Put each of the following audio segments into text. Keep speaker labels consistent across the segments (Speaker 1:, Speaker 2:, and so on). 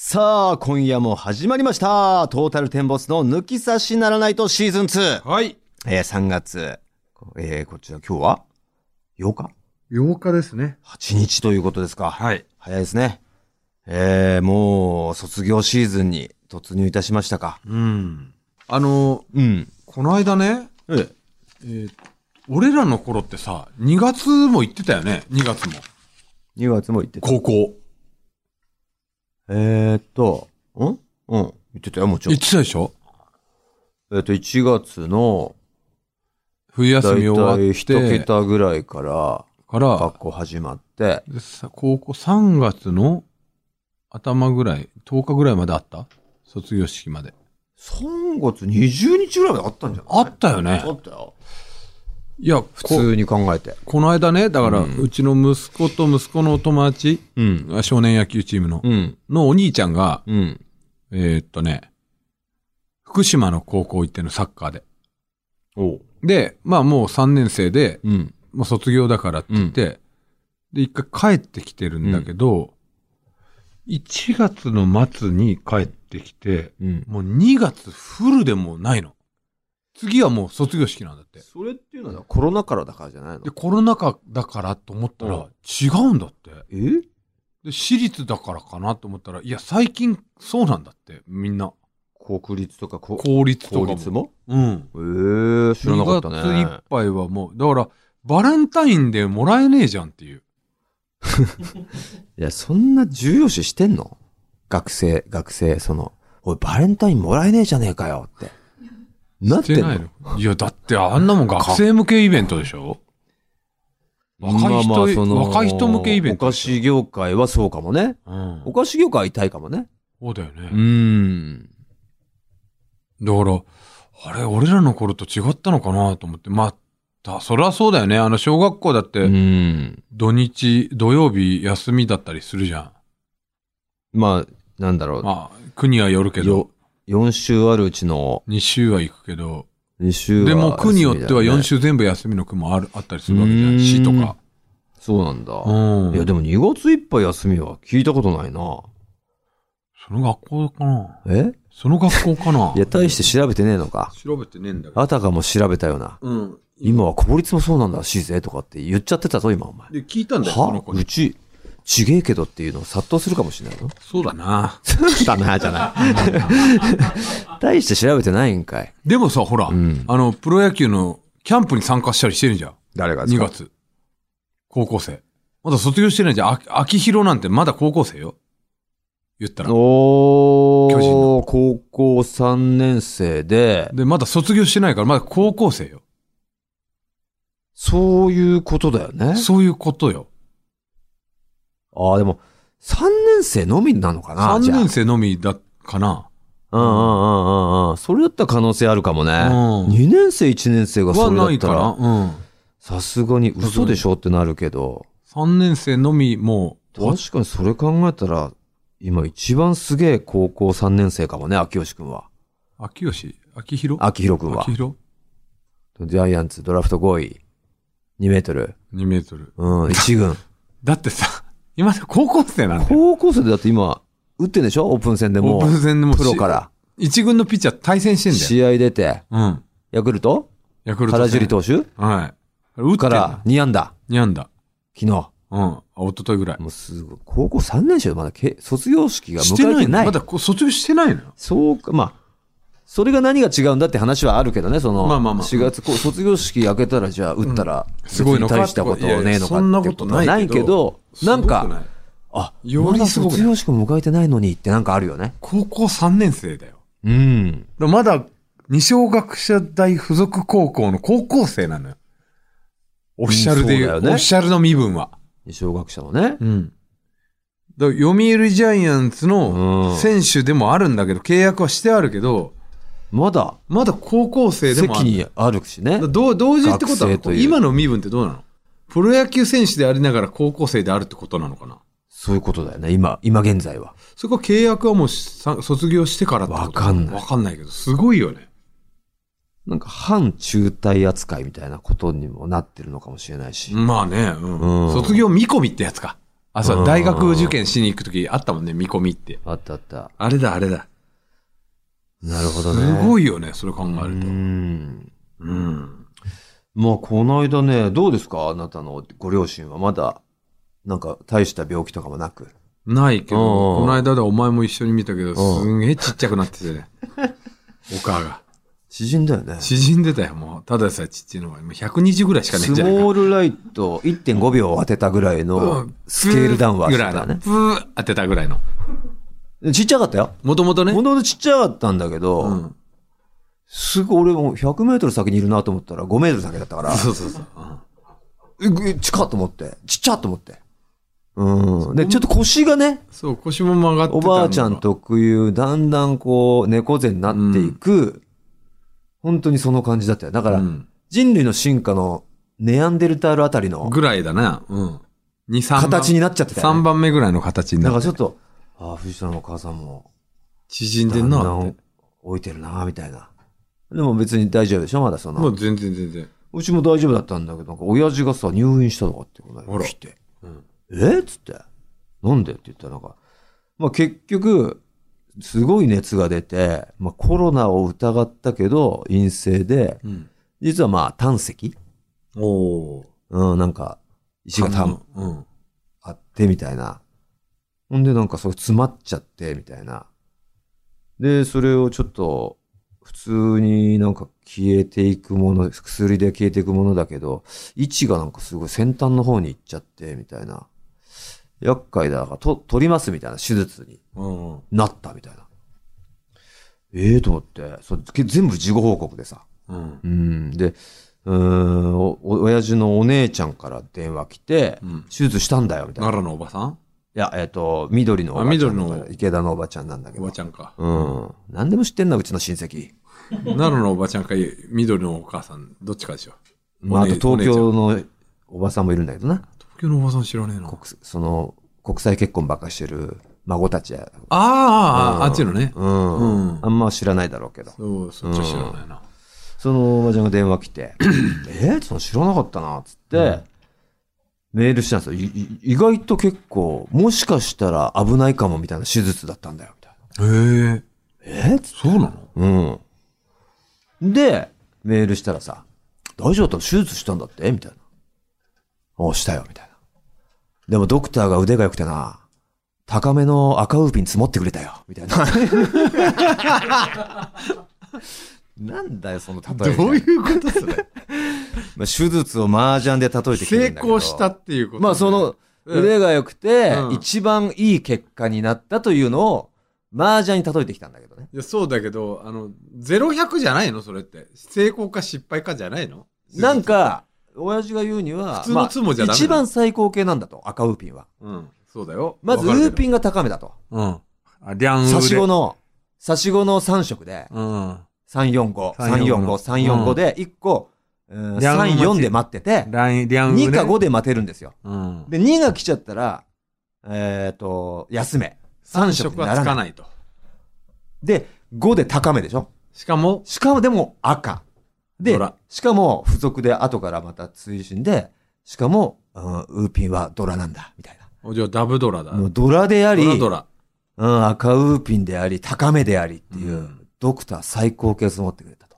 Speaker 1: さあ、今夜も始まりました。トータルテンボスの抜き差しならないとシーズン2。
Speaker 2: はい。
Speaker 1: えー、3月、えー、こちら今日は ?8 日
Speaker 2: 8日ですね。
Speaker 1: ?8 日ということですか。
Speaker 2: はい。
Speaker 1: 早いですね。えー、もう、卒業シーズンに突入いたしましたか。
Speaker 2: うん。あの、
Speaker 1: うん。
Speaker 2: この間ね、
Speaker 1: え
Speaker 2: えー俺らの頃ってさ、2月も行ってたよね。2月も。
Speaker 1: 2月も行ってた。
Speaker 2: 高校。
Speaker 1: えーっと、んうん。行ってたよ、もちろん。
Speaker 2: 行ってたでしょ
Speaker 1: えーっと、1月の、
Speaker 2: 冬
Speaker 1: だ
Speaker 2: 休
Speaker 1: い
Speaker 2: み終わ
Speaker 1: たい
Speaker 2: っ
Speaker 1: 一
Speaker 2: て、
Speaker 1: 桁ぐらいから、
Speaker 2: から
Speaker 1: 学、校始まって、
Speaker 2: でさ高校3月の頭ぐらい、10日ぐらいまであった卒業式まで。
Speaker 1: 3月20日ぐらいまであったんじゃない
Speaker 2: あったよね
Speaker 1: あ。ったよ。
Speaker 2: いや、
Speaker 1: 普通に考えて。
Speaker 2: この間ね、だから、
Speaker 1: うん
Speaker 2: うちの息子と息子のお友達、
Speaker 1: うん。
Speaker 2: 少年野球チームの、
Speaker 1: うん。
Speaker 2: のお兄ちゃんが、
Speaker 1: うん。
Speaker 2: えーっとね、福島の高校行ってんのサッカーで。
Speaker 1: おう。
Speaker 2: で、まあもう3年生で、
Speaker 1: うん。
Speaker 2: もう卒業だからって言って、で、一回帰ってきてるんだけど、1月の末に帰ってきて、
Speaker 1: うん。
Speaker 2: もう2月フルでもうないの。次はもう卒業式なんだって。
Speaker 1: それっていうのはコロナからだからじゃないの
Speaker 2: で、コロナ禍だからと思った
Speaker 1: う
Speaker 2: ら、違うんだって。
Speaker 1: え
Speaker 2: で、私立だからかなと思ったら、いや、最近そうなんだって、みんな。
Speaker 1: 国立とかこ
Speaker 2: 公立とか
Speaker 1: 公
Speaker 2: も。
Speaker 1: 立も
Speaker 2: うん。
Speaker 1: ええー、知らなかったね。
Speaker 2: 2月いっぱいはもう、だから、バレンタインでもらえねえじゃんっていう。
Speaker 1: いや、そんな重要視してんの学生、学生、その、おい、バレンタインもらえねえじゃねえかよって。なっ
Speaker 2: してて
Speaker 1: ん
Speaker 2: な
Speaker 1: の
Speaker 2: いのいや、だってあんなもん学生向けイベントでしょ若い人
Speaker 1: まあまあその
Speaker 2: 若い人向けイベント
Speaker 1: お菓子業界はそうかもね。
Speaker 2: うん。
Speaker 1: お菓子業界は痛いかもね。
Speaker 2: そうだよ
Speaker 1: う
Speaker 2: ね。
Speaker 1: ん。
Speaker 2: だから、あれ、俺らの頃と違ったのかなと思って。まあ、だそりゃそうだよね。あの、小学校だっ
Speaker 1: う
Speaker 2: て、
Speaker 1: ん。
Speaker 2: 土日、土曜日休みだったりするじゃん。
Speaker 1: まあ、なんだろう。
Speaker 2: まあ、国はよるけど
Speaker 1: よ、4週あるうちの
Speaker 2: 2週は行くけど、
Speaker 1: 2週は
Speaker 2: でも、区によっては4
Speaker 1: 休
Speaker 2: 週全部休みの区もあるあったりするわけじゃん。市とか。
Speaker 1: みだね。そうなんだ。
Speaker 2: うん。
Speaker 1: いや、でも2月いっぱい休みは聞いたことないな。
Speaker 2: その学校かな
Speaker 1: え
Speaker 2: その学校かな
Speaker 1: いや、大して調べてねえのか。
Speaker 2: 調べてねえんだけど。
Speaker 1: あたかも調べたような。
Speaker 2: うん。
Speaker 1: 今は公立もそうなんだらしいぜとかって言っちゃってたぞ、今お前。
Speaker 2: で、聞いたんだよ、その
Speaker 1: は
Speaker 2: 子
Speaker 1: う
Speaker 2: に。
Speaker 1: ち、ちげえけどっていうのを殺到するかもしれ ないの
Speaker 2: そうだな。
Speaker 1: だな、じゃ ない。大して調べてないんかい。
Speaker 2: でもさ、ほら、
Speaker 1: ん
Speaker 2: あの、プロ野球のキャンプに参加したりしてるじゃん。
Speaker 1: 誰が
Speaker 2: 2。月。高校生。まだ卒業してないじゃん。あ秋広なんてまだ高校生よ。言ったら。
Speaker 1: お
Speaker 2: 巨人
Speaker 1: ー、高校3年生で、
Speaker 2: で、まだ卒業してないから、まだ高校生よ。
Speaker 1: そういうことだよね。
Speaker 2: そういうことよ。
Speaker 1: ああ、でも、3年生のみなのかな
Speaker 2: 3
Speaker 1: じゃあ
Speaker 2: 年生のみだ、かな。
Speaker 1: うんうんうんうんうん。それだったら可能性あるかもね。
Speaker 2: うん
Speaker 1: 2年生、1年生がそ
Speaker 2: は
Speaker 1: れだ
Speaker 2: な
Speaker 1: っ
Speaker 2: い
Speaker 1: た、
Speaker 2: からな。
Speaker 1: さすがに嘘でしょってなるけど、
Speaker 2: うん。3年生のみ、もう、終わっ
Speaker 1: 確かにそれ考えたら、今一番すげえ高校3年生かもね、秋吉くんは。
Speaker 2: 秋吉秋広
Speaker 1: 秋広くんは
Speaker 2: 秋。広
Speaker 1: ジャイアンツドラフト5位、2メートル、
Speaker 2: 2メートル。
Speaker 1: うん、1軍。
Speaker 2: だってさ、 今さ、高校生なんだよ。
Speaker 1: 高校生でだって今、打ってんでしょオープン戦でも
Speaker 2: オープン
Speaker 1: う、
Speaker 2: 戦でも
Speaker 1: プロか。ら。
Speaker 2: 一軍のピッチャー対戦してんだよ。
Speaker 1: 試合出て、
Speaker 2: うん。
Speaker 1: ヤクルト
Speaker 2: ヤクルト。
Speaker 1: 原樹投手
Speaker 2: 手。はい。打って
Speaker 1: か
Speaker 2: からら、
Speaker 1: 2安打。
Speaker 2: にゃんだ。
Speaker 1: 昨日。
Speaker 2: うん。あ、一昨日ぐらい。
Speaker 1: もうすごい。高校3年生でまだけ卒業式が迎
Speaker 2: して
Speaker 1: え
Speaker 2: な
Speaker 1: て
Speaker 2: い
Speaker 1: な
Speaker 2: の
Speaker 1: い。
Speaker 2: まだこう卒業してないのよ。
Speaker 1: そうか、まあ、それが何が違うんだって話はあるけどね、その、
Speaker 2: まあまあまあ
Speaker 1: 4月こう、卒業式明けたら、じゃあ、打ったら、
Speaker 2: すごいのか
Speaker 1: 別に大したことねえのか
Speaker 2: いやいやそんな
Speaker 1: って
Speaker 2: こ
Speaker 1: こととはないけど、なんか、、あ、
Speaker 2: より
Speaker 1: まだ
Speaker 2: すごくない
Speaker 1: 卒業式も迎えてないのにってなんかあるよね。
Speaker 2: 高校3年生だよ。
Speaker 1: うん。
Speaker 2: だからまだ、二小学者大附属高校の高校生なのよ。オフィシャルで言
Speaker 1: うんそう
Speaker 2: う、
Speaker 1: だよ
Speaker 2: オ
Speaker 1: ね
Speaker 2: フィシャルの身分は。
Speaker 1: 小学者のね。
Speaker 2: うん。だから読売ジャイアンツ
Speaker 1: うん
Speaker 2: の選手でもあるんだけど、契約はしてあるけど、
Speaker 1: まだ、
Speaker 2: まだ高校生で
Speaker 1: 席
Speaker 2: もある。
Speaker 1: にあるしね
Speaker 2: だから。どう同時ってこと
Speaker 1: 学生と
Speaker 2: は、
Speaker 1: いう
Speaker 2: 今の身分ってどうなのプロ野球選手でありながら高校生であるってことなのかな
Speaker 1: そういうことだよね、今、今現在は。
Speaker 2: それか契約はもうさ卒業してからってこと
Speaker 1: わかんない
Speaker 2: わかんないけど、すごいよね。
Speaker 1: なんか、反中退扱いみたいなことにもなってるのかもしれないし。
Speaker 2: まあね、うん
Speaker 1: うん
Speaker 2: 卒業見込みってやつか。あ、そうう、
Speaker 1: ん
Speaker 2: 大学受験しに行くときあったもんね、見込みって。
Speaker 1: あったあった。
Speaker 2: あれだ、あれだ。
Speaker 1: なるほどね。
Speaker 2: すご
Speaker 1: い。
Speaker 2: いよね、それ考
Speaker 1: う
Speaker 2: えると。
Speaker 1: ん。
Speaker 2: うん。
Speaker 1: まあ、この間ね、どうですかあなたのご両親はまだ、なんか大した病気とかもなく。
Speaker 2: ないけど、
Speaker 1: うん
Speaker 2: この間でお前も一緒に見たけど、
Speaker 1: ん
Speaker 2: すんげえちっちゃくなっててね。お母が。
Speaker 1: 縮んだよね。
Speaker 2: 縮んでたよ、もう。ただでさえちっちゃいのが。もう120ぐらいしかねえ
Speaker 1: ス
Speaker 2: んじゃないか。
Speaker 1: モールライト1.5秒を当てたぐらいのスケールダウンは
Speaker 2: ぐ
Speaker 1: し
Speaker 2: ら
Speaker 1: て
Speaker 2: いの。
Speaker 1: た
Speaker 2: ブ
Speaker 1: ね。
Speaker 2: ー当てたぐらいの。
Speaker 1: ちっちゃかったよ。
Speaker 2: もともとね。
Speaker 1: もともとちっちゃかったんだけど、
Speaker 2: うん。
Speaker 1: すごい俺も100メートル先にいるなと思ったら5メートル先だったから、
Speaker 2: そうそうそう。うん
Speaker 1: えぐえ、近っと思って、ちっちゃっと思って。うん。で、ちょっと腰がね、
Speaker 2: そう、腰も曲がってた
Speaker 1: お
Speaker 2: のが
Speaker 1: ばあちゃん。特有、だんだんこう、猫背になっていく、本当にその感じだったよ。だから、
Speaker 2: うん
Speaker 1: 人類の進化のネアンデルタールあたりの
Speaker 2: ぐらいだな。うん。二三番
Speaker 1: 形になっちゃってたよ、
Speaker 2: 3
Speaker 1: ね。
Speaker 2: 番目ぐらいの形に
Speaker 1: だ
Speaker 2: な
Speaker 1: か
Speaker 2: っ
Speaker 1: ら
Speaker 2: て
Speaker 1: ちょっと、ああ、藤田のお母さんも、
Speaker 2: 縮んで
Speaker 1: だ
Speaker 2: ん
Speaker 1: んだ
Speaker 2: なって
Speaker 1: ん。置いてるな、みたいな。でも別に大丈夫でしょまだその。
Speaker 2: もう全然全然。
Speaker 1: うちも大丈夫だったんだけど、なんか親父がさ、入院したとかってこ
Speaker 2: あ
Speaker 1: と
Speaker 2: ら
Speaker 1: で来て。
Speaker 2: うん
Speaker 1: えっつって。なんでって言ったらなんか、まあ結局、すごい熱が出て、まあコロナを疑ったけど、陰性で、
Speaker 2: うん。
Speaker 1: 実はまあ胆石
Speaker 2: おお。
Speaker 1: うん、なんか、石が多分
Speaker 2: うん。
Speaker 1: あって、みたいな。ほんでなんかそれ詰まっちゃって、みたいな。で、それをちょっと、普通になんか消えていくもの、薬で消えていくものだけど、位置がなんかすごい先端の方に行っちゃって、みたいな。厄介だから、と、取りますみたいな、手術に
Speaker 2: うん。
Speaker 1: なったみたいな。ええと思って、それけ全部事後報告でさ。
Speaker 2: うん。
Speaker 1: うん。で、うーん、お、お親父のお姉ちゃんから電話来て、
Speaker 2: うん
Speaker 1: 手術したんだよ、みたいな
Speaker 2: 奈。良のおばさん
Speaker 1: いや、えっ、と、緑のおばちゃん
Speaker 2: あ緑の
Speaker 1: 池田のおばちゃんなんだけ
Speaker 2: お
Speaker 1: ど
Speaker 2: ば。ちゃんか。
Speaker 1: うん。何でも知ってんな、うちの親戚。
Speaker 2: 奈良のおばちゃんか、緑のお母さん、どっちかでしょ。
Speaker 1: まあ、あ
Speaker 2: お
Speaker 1: と
Speaker 2: 姉
Speaker 1: 東。京
Speaker 2: お姉ち
Speaker 1: のおばさんもいるんだけどな。
Speaker 2: ゃん東京のおばさん知らねえな。あ
Speaker 1: 国その、国際結婚ばっかしてる孫たちや。
Speaker 2: あ、ああ、あっちのね。
Speaker 1: うん。
Speaker 2: うん
Speaker 1: あんま知らないだろうけど。
Speaker 2: そう、そっちは知らないな。
Speaker 1: そのおばちゃんが電話来 て、えー、その知らなかったな、つって、メールしたんですよい。い意外と結構、もしかしたら危ないかもみたいな手術だったんだよ、みたいな。
Speaker 2: へえ。
Speaker 1: えー、つって
Speaker 2: そうなの
Speaker 1: うん。で、メールしたらさ、大丈夫だったの手術したんだってみたいな。おしたよ、みたいな。でもドクターが腕が良くてな、高めの赤ウーピン積もってくれたよ、みたいな。 なんだよ、その例えみたいな。
Speaker 2: いうことそれ。
Speaker 1: まあ、手術を麻雀で例えてきて
Speaker 2: 成
Speaker 1: るんだけど
Speaker 2: 功したっていうこと。
Speaker 1: まあ、その、
Speaker 2: うん
Speaker 1: 腕が良くて、
Speaker 2: うん
Speaker 1: 一番いい結果になったというのを、麻雀に例えてきたんだけどね。
Speaker 2: いや、そうだけど、あの、0100じゃないのそれって。成功か失敗かじゃないの
Speaker 1: なん、か、親父が言うには、
Speaker 2: 普通のツモじゃ
Speaker 1: ま
Speaker 2: ダメなの
Speaker 1: あ一番最高形なんだと、赤ウーピンは。
Speaker 2: うん、そうだよ。
Speaker 1: まず、ウ
Speaker 2: わかる
Speaker 1: ー
Speaker 2: け
Speaker 1: ピンが高めだと。
Speaker 2: ど。うん。あ、リャンウーレ
Speaker 1: 差し子の、差し子の3色で、
Speaker 2: うん。
Speaker 1: 345、345、
Speaker 2: 345
Speaker 1: 345で、1個、うん
Speaker 2: リャン待ち
Speaker 1: 34で待ってて、
Speaker 2: ライン、リャンウーレ
Speaker 1: 2か5で待てるんですよ。
Speaker 2: うん。
Speaker 1: で、2が来ちゃったら、えっと、休め。3
Speaker 2: 三
Speaker 1: 色
Speaker 2: 色
Speaker 1: にな
Speaker 2: は
Speaker 1: らな
Speaker 2: つか
Speaker 1: い。
Speaker 2: ないと。
Speaker 1: で、5で高めでしょ
Speaker 2: しかも、
Speaker 1: しかもでも赤。で
Speaker 2: ドラ、
Speaker 1: しかも付属で後からまた追伸で、しかも、うんウーピンはドラなんだ、みたい
Speaker 2: おじゃあダブドラだ。
Speaker 1: な。もうドラであり、
Speaker 2: ドラドラ。
Speaker 1: うん、赤ウーピンであり、高めでありっていう、
Speaker 2: うん
Speaker 1: ドクター最高級を持ってくれたと。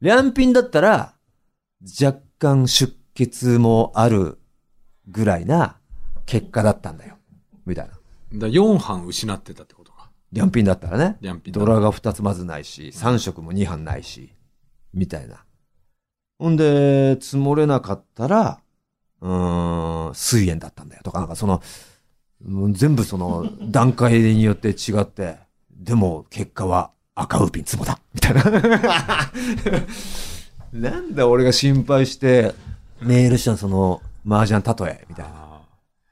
Speaker 1: リャンピンだったら、若干出血もあるぐらいな結果だったんだよ。みたいな。
Speaker 2: だ4班失ってたってことか。
Speaker 1: リャンピンだったらね。
Speaker 2: リャンピンだ
Speaker 1: ドラが2つまずないし、3色も2班ないし、みたいな。ほんで、積もれなかったら、うーん、水炎だったんだよとか、なんかその、うん全部そ の段階によって違って、でも結果は赤ウーピンツボだみ たいな。なんだ俺が心配してメールしたその麻雀例えみたいな。
Speaker 2: あ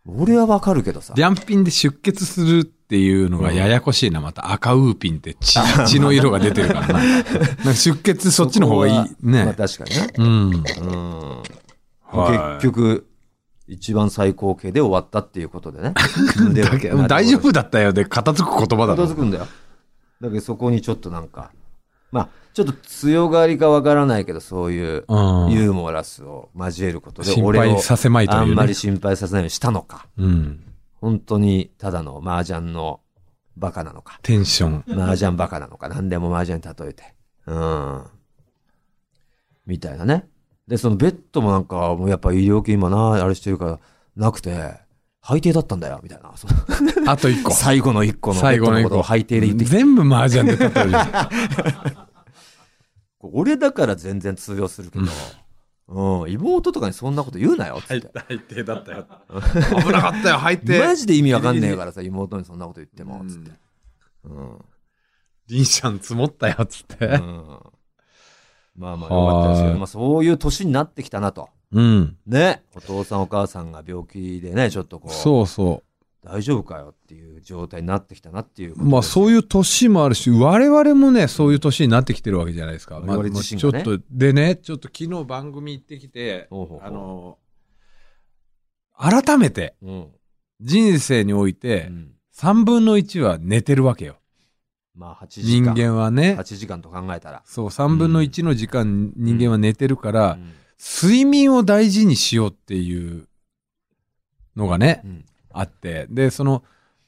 Speaker 1: 俺はわかるけどさ
Speaker 2: ー。リャンピンで出血するっていうのがややこしいな、また。赤ウーピンって血、血の色が出てるからな。 なんか出血そっちの方がいい
Speaker 1: そ。こはまあ
Speaker 2: ね。
Speaker 1: 確かに ね。
Speaker 2: うん。
Speaker 1: うん。
Speaker 2: は
Speaker 1: 結
Speaker 2: い
Speaker 1: 局、一番最高形で終わったっていうこと でね。で
Speaker 2: だけど大丈夫だったよで片付く言葉だ
Speaker 1: 片
Speaker 2: ろ
Speaker 1: 付くんだよ。だけどそこにちょっとなんか、まあ、ちょっと強がりかわからないけど、そういう
Speaker 2: うん
Speaker 1: ユーモラスを交えることで、
Speaker 2: 心
Speaker 1: 俺を
Speaker 2: 配させまいというね
Speaker 1: あんまり心配させないようにしたのか。
Speaker 2: うん
Speaker 1: 本当にただの麻雀のバカなのか、
Speaker 2: テンショ ン。
Speaker 1: 麻雀バカなのか、何でも麻雀に例えて。うん。みたいなね。で、そのベッドもなんか、もうやっぱ医療系今な、あれしてるから、なくて、配定だったんだよ、みたいな。そ の
Speaker 2: あと一個。
Speaker 1: 最後の一個のベ
Speaker 2: 最
Speaker 1: ッ
Speaker 2: 後
Speaker 1: ド
Speaker 2: の
Speaker 1: の
Speaker 2: 一
Speaker 1: こと
Speaker 2: 個。
Speaker 1: を配定で言ってきて。
Speaker 2: 全部麻雀で例える。
Speaker 1: 俺だから全然通用するけど、うん、妹とかにそんなこと言うなよ、つって。
Speaker 2: 最低だったよ。 危なかったよ、入って。
Speaker 1: マジで意味わかんねえからさ、妹にそんなこと言っても、つって。うん。
Speaker 2: リンシャン積もったよ、つっ
Speaker 1: う
Speaker 2: て。
Speaker 1: んまあまあ、よかったですけ
Speaker 2: は
Speaker 1: ど、
Speaker 2: い
Speaker 1: まあそういう年になってきたなと。
Speaker 2: うん。
Speaker 1: ね。お父さんお母さんが病気でね、ちょっとこう、
Speaker 2: そうそ
Speaker 1: 大丈夫かよっていう状態になってきたなっていう
Speaker 2: う。まあそういう年もあるし、我々もね、そういう年になってきてるわけじゃないですか。
Speaker 1: 我
Speaker 2: まあ
Speaker 1: 々自身がね
Speaker 2: ちょっと、でね、ちょっと昨日番組行ってきて、
Speaker 1: ほうほうほう
Speaker 2: あの、改めて
Speaker 1: う。うん。
Speaker 2: 人生においうて、
Speaker 1: ん
Speaker 2: 3分の1は寝てるわけよ。
Speaker 1: まあ8時
Speaker 2: 人
Speaker 1: 間。
Speaker 2: 間はね。
Speaker 1: 8時間と考えたら。
Speaker 2: そう、3分の1の時間人間は寝てるから、
Speaker 1: うん
Speaker 2: 睡眠を大事にしようっていうのがね、
Speaker 1: うん
Speaker 2: あって、で、その、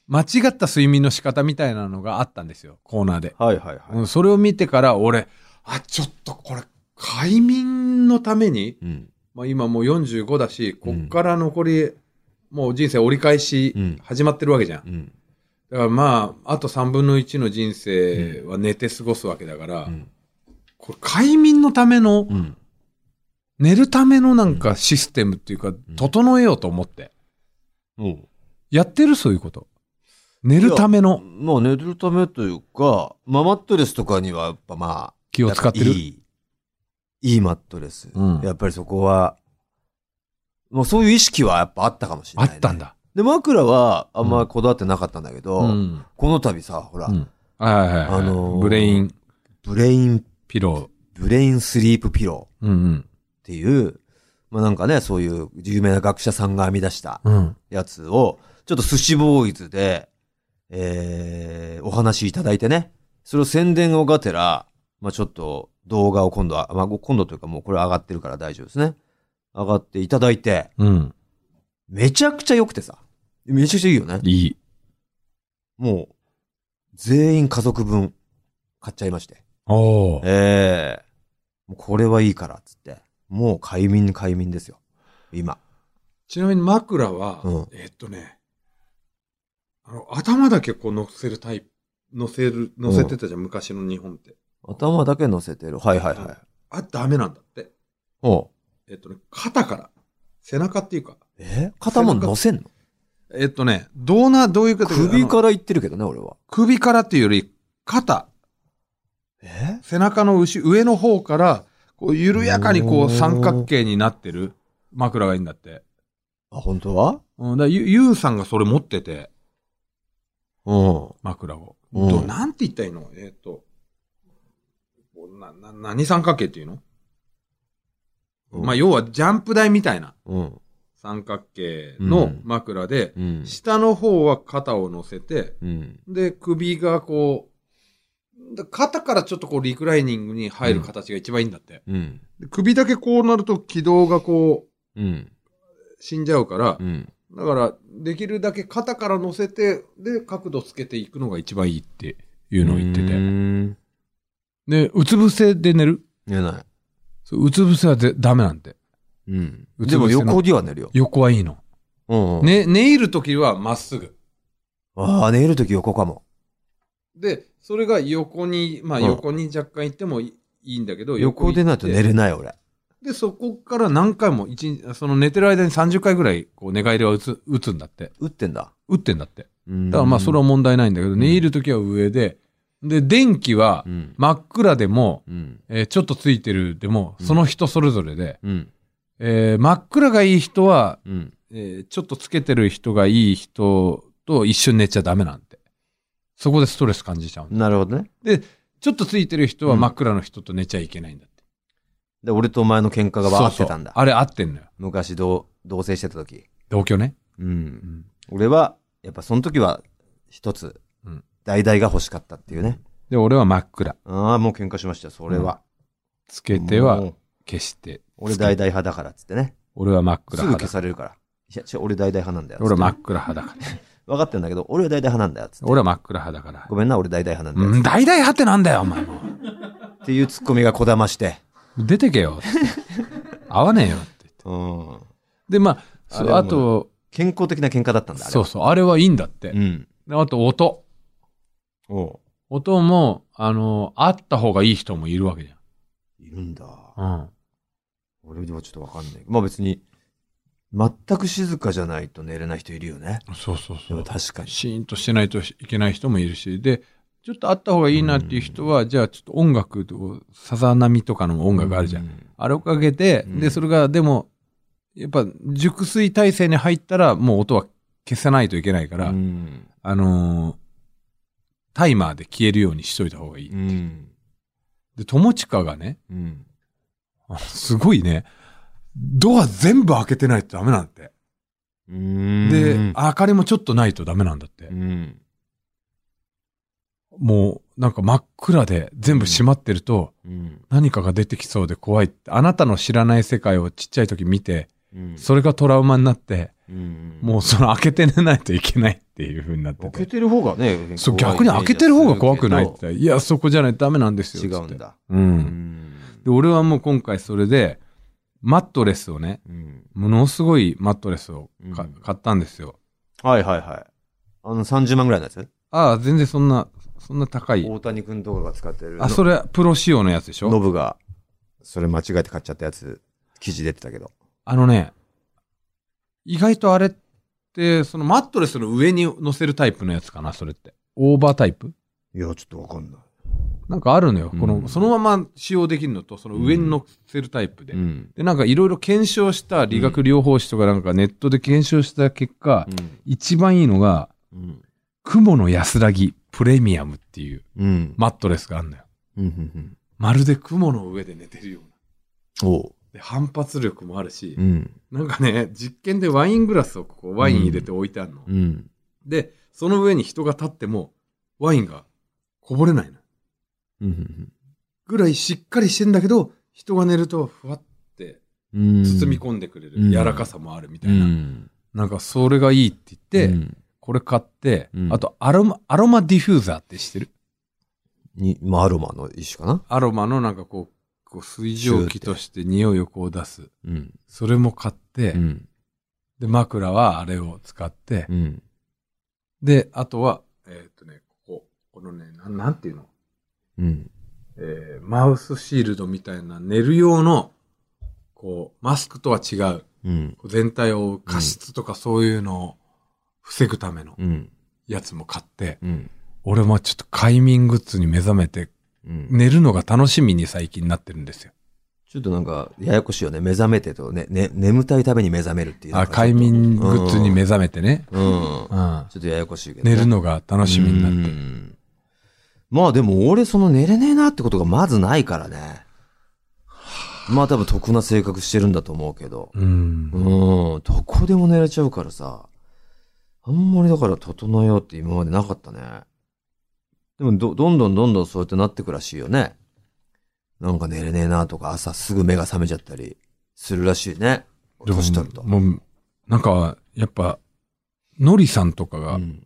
Speaker 2: 間違った睡眠の仕方みたいなのがあったんですよ、コーナーで。
Speaker 1: はいはい
Speaker 2: うん
Speaker 1: は
Speaker 2: それを見てから、俺、あ、ちょっとこれ、快眠のために、
Speaker 1: い。うん。
Speaker 2: まあ今もう45だし、こっから残り、もう人生折り返し
Speaker 1: うん、
Speaker 2: 始まってるわけじゃん。
Speaker 1: うん。
Speaker 2: だからまあ、あと3分の1の人生は寝て過ごすわけだから、
Speaker 1: うん
Speaker 2: これ快眠のため
Speaker 1: う
Speaker 2: の、
Speaker 1: ん。
Speaker 2: 寝るためのなんかシステムっていうか、整えようと思って。
Speaker 1: うん。
Speaker 2: やってるそういうこと。寝るための
Speaker 1: まあ寝るためというか、ママットレスとかにはやっぱまあ、
Speaker 2: 気を使ってる。
Speaker 1: いい、いいマットレス。
Speaker 2: うん
Speaker 1: やっぱりそこは、もうそういう意識はやっぱあったかもしれ
Speaker 2: あ
Speaker 1: ない、ね。
Speaker 2: ったん。だ。
Speaker 1: で、枕はあんまこだわってなかったんだけど、
Speaker 2: うん。
Speaker 1: この度さ、ほら、
Speaker 2: うんはいはいはい。
Speaker 1: あのー
Speaker 2: ブレイン
Speaker 1: ブレイン、
Speaker 2: ピロ
Speaker 1: ブレインスリープピローっ
Speaker 2: ー。うん
Speaker 1: ていう、まあなんかね、そういう有名な学者さんが編み出した
Speaker 2: うん。うん。
Speaker 1: やつを、ちょっと寿司ボーイズで、えー、お話いただいてね、それを宣伝をがてら、まあちょっと動画を今度は、まあ今度というかもうこれ上がってるから大丈夫ですね。上がっていただいて、
Speaker 2: うん。
Speaker 1: めちゃくちゃ良くてさ。めちゃくちゃいいよね。
Speaker 2: いい。
Speaker 1: もう、全員家族分買っちゃいまして。
Speaker 2: おー
Speaker 1: ええもうこれはいいから、っつって。もう快眠快眠ですよ。今。
Speaker 2: ちなみに枕は、
Speaker 1: うん
Speaker 2: えっとね、あの、頭だけこう乗せるタイプ、乗せる、乗せてたじゃん、昔の日本って。
Speaker 1: 頭だけ乗せてる。はいはいはい。
Speaker 2: あ、ダメなんだって。
Speaker 1: おう
Speaker 2: えっとね、肩から、背中っていうか、
Speaker 1: え肩も乗せんの
Speaker 2: えっとね、どうな、どういうこと
Speaker 1: 首
Speaker 2: ら
Speaker 1: から言ってるけどね、俺は。
Speaker 2: 首からっていうより、肩、
Speaker 1: え
Speaker 2: 背中の後上の方から、こう、緩やかにこ
Speaker 1: お
Speaker 2: う、
Speaker 1: ー
Speaker 2: 三角形になってる枕がいいんだって。
Speaker 1: あ、本当は
Speaker 2: うん、だからゆ、ゆうさんがそれ持ってて、
Speaker 1: うん。
Speaker 2: 枕を。
Speaker 1: うん
Speaker 2: どなんて言ったらいいのえっ、と、こうな、な、何三角形っていうの、
Speaker 1: うん
Speaker 2: まあ、要はジャンプ台みたいな
Speaker 1: うん。
Speaker 2: 三角形
Speaker 1: う
Speaker 2: の
Speaker 1: ん
Speaker 2: 枕で、
Speaker 1: うん。
Speaker 2: 下の方は肩を乗せて、
Speaker 1: うん。
Speaker 2: で、首がこう、だ肩からちょっとこうリクライニングに入る形が一番いいんだって。
Speaker 1: うん。
Speaker 2: で首だけこうなると軌道がこう
Speaker 1: うん。
Speaker 2: 死んじゃうから
Speaker 1: う、ん。
Speaker 2: だからできるだけ肩から乗せて、で、角度つけていくのが一番いいっていうのを言って
Speaker 1: うー
Speaker 2: て。
Speaker 1: ん
Speaker 2: で、うつ伏せで寝る
Speaker 1: 寝な
Speaker 2: そううつ伏せはぜダメなんて。
Speaker 1: い。うん。
Speaker 2: うつ伏せの
Speaker 1: でも横には寝るよ。
Speaker 2: 横はいいの。
Speaker 1: うんうん。
Speaker 2: ね、寝入るときはまっすぐ。
Speaker 1: ああ、寝るとき横かも。
Speaker 2: で、それが横に、まあ
Speaker 1: うん
Speaker 2: 横に若干行ってもいいんだけど、
Speaker 1: 横でないと寝
Speaker 2: る。
Speaker 1: れない、俺。
Speaker 2: で、そこから何回も、一日、その寝てる間に30回ぐらい、こう、寝返りは打つ、打つんだって。
Speaker 1: 打ってんだ。
Speaker 2: 打ってんだって。
Speaker 1: だ
Speaker 2: だからまあ、それは
Speaker 1: は、
Speaker 2: 問題ないんだけど、
Speaker 1: ん
Speaker 2: 寝入るときは上で、で、電気は
Speaker 1: う、ん。
Speaker 2: 真っ暗でも、
Speaker 1: うん。
Speaker 2: えーちょっとついてるでも、
Speaker 1: うん
Speaker 2: その人それぞれで、
Speaker 1: うん。
Speaker 2: えー真っ暗がいい人は、
Speaker 1: うん。
Speaker 2: えーちょっとつけてる人がいい人と一緒に寝ちゃダメなんて。そこでストレス感じちゃうんだ。
Speaker 1: なるほどね。
Speaker 2: ちょっとついてる人は真っ暗の人と寝ちゃいけないんだって。
Speaker 1: で、俺とお前の喧嘩が
Speaker 2: そ
Speaker 1: バ
Speaker 2: う
Speaker 1: ーっ
Speaker 2: そ
Speaker 1: て
Speaker 2: う
Speaker 1: たんだ。
Speaker 2: あれ合ってんのよ。
Speaker 1: 昔同、同棲してたとき。
Speaker 2: 同居ね。
Speaker 1: う。
Speaker 2: うんん。
Speaker 1: 俺は、やっぱその時は、一つ
Speaker 2: うん、
Speaker 1: 代々が欲しかったっていうね。
Speaker 2: で、俺は真っ暗。
Speaker 1: ああ、もう喧嘩しましたよ、それは。
Speaker 2: つけて
Speaker 1: も
Speaker 2: は
Speaker 1: う
Speaker 2: 消して。
Speaker 1: 俺
Speaker 2: つけ
Speaker 1: 大々派だからっつってね。
Speaker 2: 俺は真っ
Speaker 1: す
Speaker 2: 暗
Speaker 1: ぐ消
Speaker 2: 派だ。
Speaker 1: されるから。いや、違う俺大々派なんだよ。
Speaker 2: 俺は真
Speaker 1: マ
Speaker 2: っ暗派だから。
Speaker 1: 分かってんだけど、俺は大々派なんだよ。つって
Speaker 2: 俺は真っ暗派だから。
Speaker 1: ごめんな、俺大々派なんだ
Speaker 2: う
Speaker 1: よ。
Speaker 2: ん、大々派ってなんだよ、お前も
Speaker 1: っていうツッコミがこだまして。
Speaker 2: う。出てけよ。 合わねえよって言って。
Speaker 1: うん。
Speaker 2: で、まあ、
Speaker 1: あ
Speaker 2: そう
Speaker 1: れ
Speaker 2: あ
Speaker 1: はもう
Speaker 2: と、
Speaker 1: 健康的な喧嘩だったんだ、あれ
Speaker 2: そう
Speaker 1: は。
Speaker 2: そう、あれはいいんだって
Speaker 1: う。ん。
Speaker 2: であと、音。
Speaker 1: お
Speaker 2: 音も、あの、あった方がいい人もいるわけじ
Speaker 1: いるんだ。
Speaker 2: ゃん。うん。
Speaker 1: 俺ではちょっとわかんない。まあ別に、全く静かじゃないと寝れない人いるよね。
Speaker 2: そうそう
Speaker 1: で
Speaker 2: そ
Speaker 1: も
Speaker 2: う。
Speaker 1: 確かに。
Speaker 2: シーンとしてないといけない人もいるし、で、ちょっとあった方がいいなっていう人は、じゃあちょっと音楽と、さざ波とかの音楽あるじゃん。
Speaker 1: うん。
Speaker 2: あれをかけて、
Speaker 1: うん
Speaker 2: で、それが、でも、やっぱ、熟睡体制に入ったら、もう音は消さないといけないから、
Speaker 1: うん。
Speaker 2: あのータイマーで消えるようにしといた方がいい。
Speaker 1: うん。
Speaker 2: で、友近がね、
Speaker 1: うん。
Speaker 2: あすごいね、ドア全部開けてないとダメなんだって。
Speaker 1: うん
Speaker 2: で、明かりもちょっとないとダメなんだって
Speaker 1: う。ん。
Speaker 2: もう、なんか真っ暗で全部閉まってると、
Speaker 1: うん。
Speaker 2: 何かが出てきそうで怖いって。あなたの知らない世界をちっちゃい時見て、
Speaker 1: うん
Speaker 2: それがトラウマになって、
Speaker 1: うん
Speaker 2: もうその開けて寝ないといけないっていう風になって
Speaker 1: 開け
Speaker 2: て。
Speaker 1: てる方がね、
Speaker 2: そう、
Speaker 1: 怖い
Speaker 2: 逆に開けてる方が怖くないっ
Speaker 1: イ
Speaker 2: て言ったら。いや、そこじゃないとダメなんですよ。
Speaker 1: メージは
Speaker 2: つ
Speaker 1: す
Speaker 2: っ
Speaker 1: る
Speaker 2: て
Speaker 1: けど違うん。だ。
Speaker 2: うん。で、俺はもう今回それで、マットレスをね、
Speaker 1: うん。
Speaker 2: ものすごいマットレスをか
Speaker 1: うん
Speaker 2: 買ったんですよ。
Speaker 1: はいはいはい。あの30万ぐらいのやつ
Speaker 2: ああ、全然そんな、そんな高い。
Speaker 1: 大谷くんとかが使ってる。
Speaker 2: あ、それ、プロ仕様のやつでし
Speaker 1: ノ
Speaker 2: ょ
Speaker 1: ブが、それ間違えて買っちゃったやつ、記事出てたけど。
Speaker 2: あのね、意外とあれって、そのマットレスの上に乗せるタイプのやつかな、それって。オーバータイプ
Speaker 1: いや、ちょっとわかんない。
Speaker 2: なんかあるのよ。
Speaker 1: うん
Speaker 2: この、そのまま使用できるのと、その上に乗せるタイプで。
Speaker 1: ん。
Speaker 2: で、なんかいろいろ検証した理学療法士とかなんかネットで検証した結果、一番いいのが、
Speaker 1: うん。
Speaker 2: 雲の安らぎプレミアムっていう
Speaker 1: うん。
Speaker 2: マットレスがあるのよ。
Speaker 1: うん。うん。
Speaker 2: まるで雲の上で寝てるような。
Speaker 1: おう。
Speaker 2: で、反発力もあるし、
Speaker 1: ん。
Speaker 2: なんかね、実験でワイングラスをここ、ワイン入れて置いてあるの。
Speaker 1: うん。
Speaker 2: で、その上に人が立っても、ワインがこぼれないの。
Speaker 1: うん。
Speaker 2: ぐらいしっかりしてんだけど、人が寝ると、ふわって
Speaker 1: うん
Speaker 2: 包み込んでくれる、
Speaker 1: うん
Speaker 2: 柔らかさもあるみたいな。
Speaker 1: ん
Speaker 2: なんか、それがいいって言って、
Speaker 1: うん
Speaker 2: これ買って、
Speaker 1: うん
Speaker 2: あと、アロマ、アロマディフューザーって知ってる
Speaker 1: に、まあ、アロマの一種かな
Speaker 2: アロマのなんかこう、こう水蒸気として匂いをこう出す。
Speaker 1: うん。
Speaker 2: それも買って、
Speaker 1: うん。
Speaker 2: で、枕はあれを使って、
Speaker 1: うん。
Speaker 2: で、あとは、えーっとね、ここ、このね、なんなんていうの
Speaker 1: うん。
Speaker 2: えーマウスシールドみたいな寝る用の、こう、マスクとは違う、
Speaker 1: うん。
Speaker 2: こう全体を覆う加湿とかそういうのを防ぐための
Speaker 1: うん。
Speaker 2: やつも買って、
Speaker 1: うん。
Speaker 2: 俺もちょっと快眠グッズに目覚めて、
Speaker 1: うん。
Speaker 2: 寝るのが楽しみに最近なってるんですよ。
Speaker 1: ちょっとなんか、ややこしいよね。目覚めてとね、ね、眠たいために目覚めるっていう。
Speaker 2: あ、快眠グッズに目覚めてね。
Speaker 1: うん。
Speaker 2: うん。
Speaker 1: ちょっとややこしいけど、
Speaker 2: 寝るのが楽しみになってる。
Speaker 1: て。まあでも俺その寝れねえなってことがまずないからね。まあ多分得な性格してるんだと思うけど。
Speaker 2: うん
Speaker 1: う。ん、どこでも寝れちゃうからさ。あんまりだから整えようって今までなかったね。でもど、どんどんどんどんそうやってなってくらしいよね。なんか寝れねえなとか朝すぐ目が覚めちゃったりするらしいね。
Speaker 2: でも
Speaker 1: 年取ると。
Speaker 2: もう、なんか、やっぱ、のりさんとか
Speaker 1: う
Speaker 2: が
Speaker 1: ん。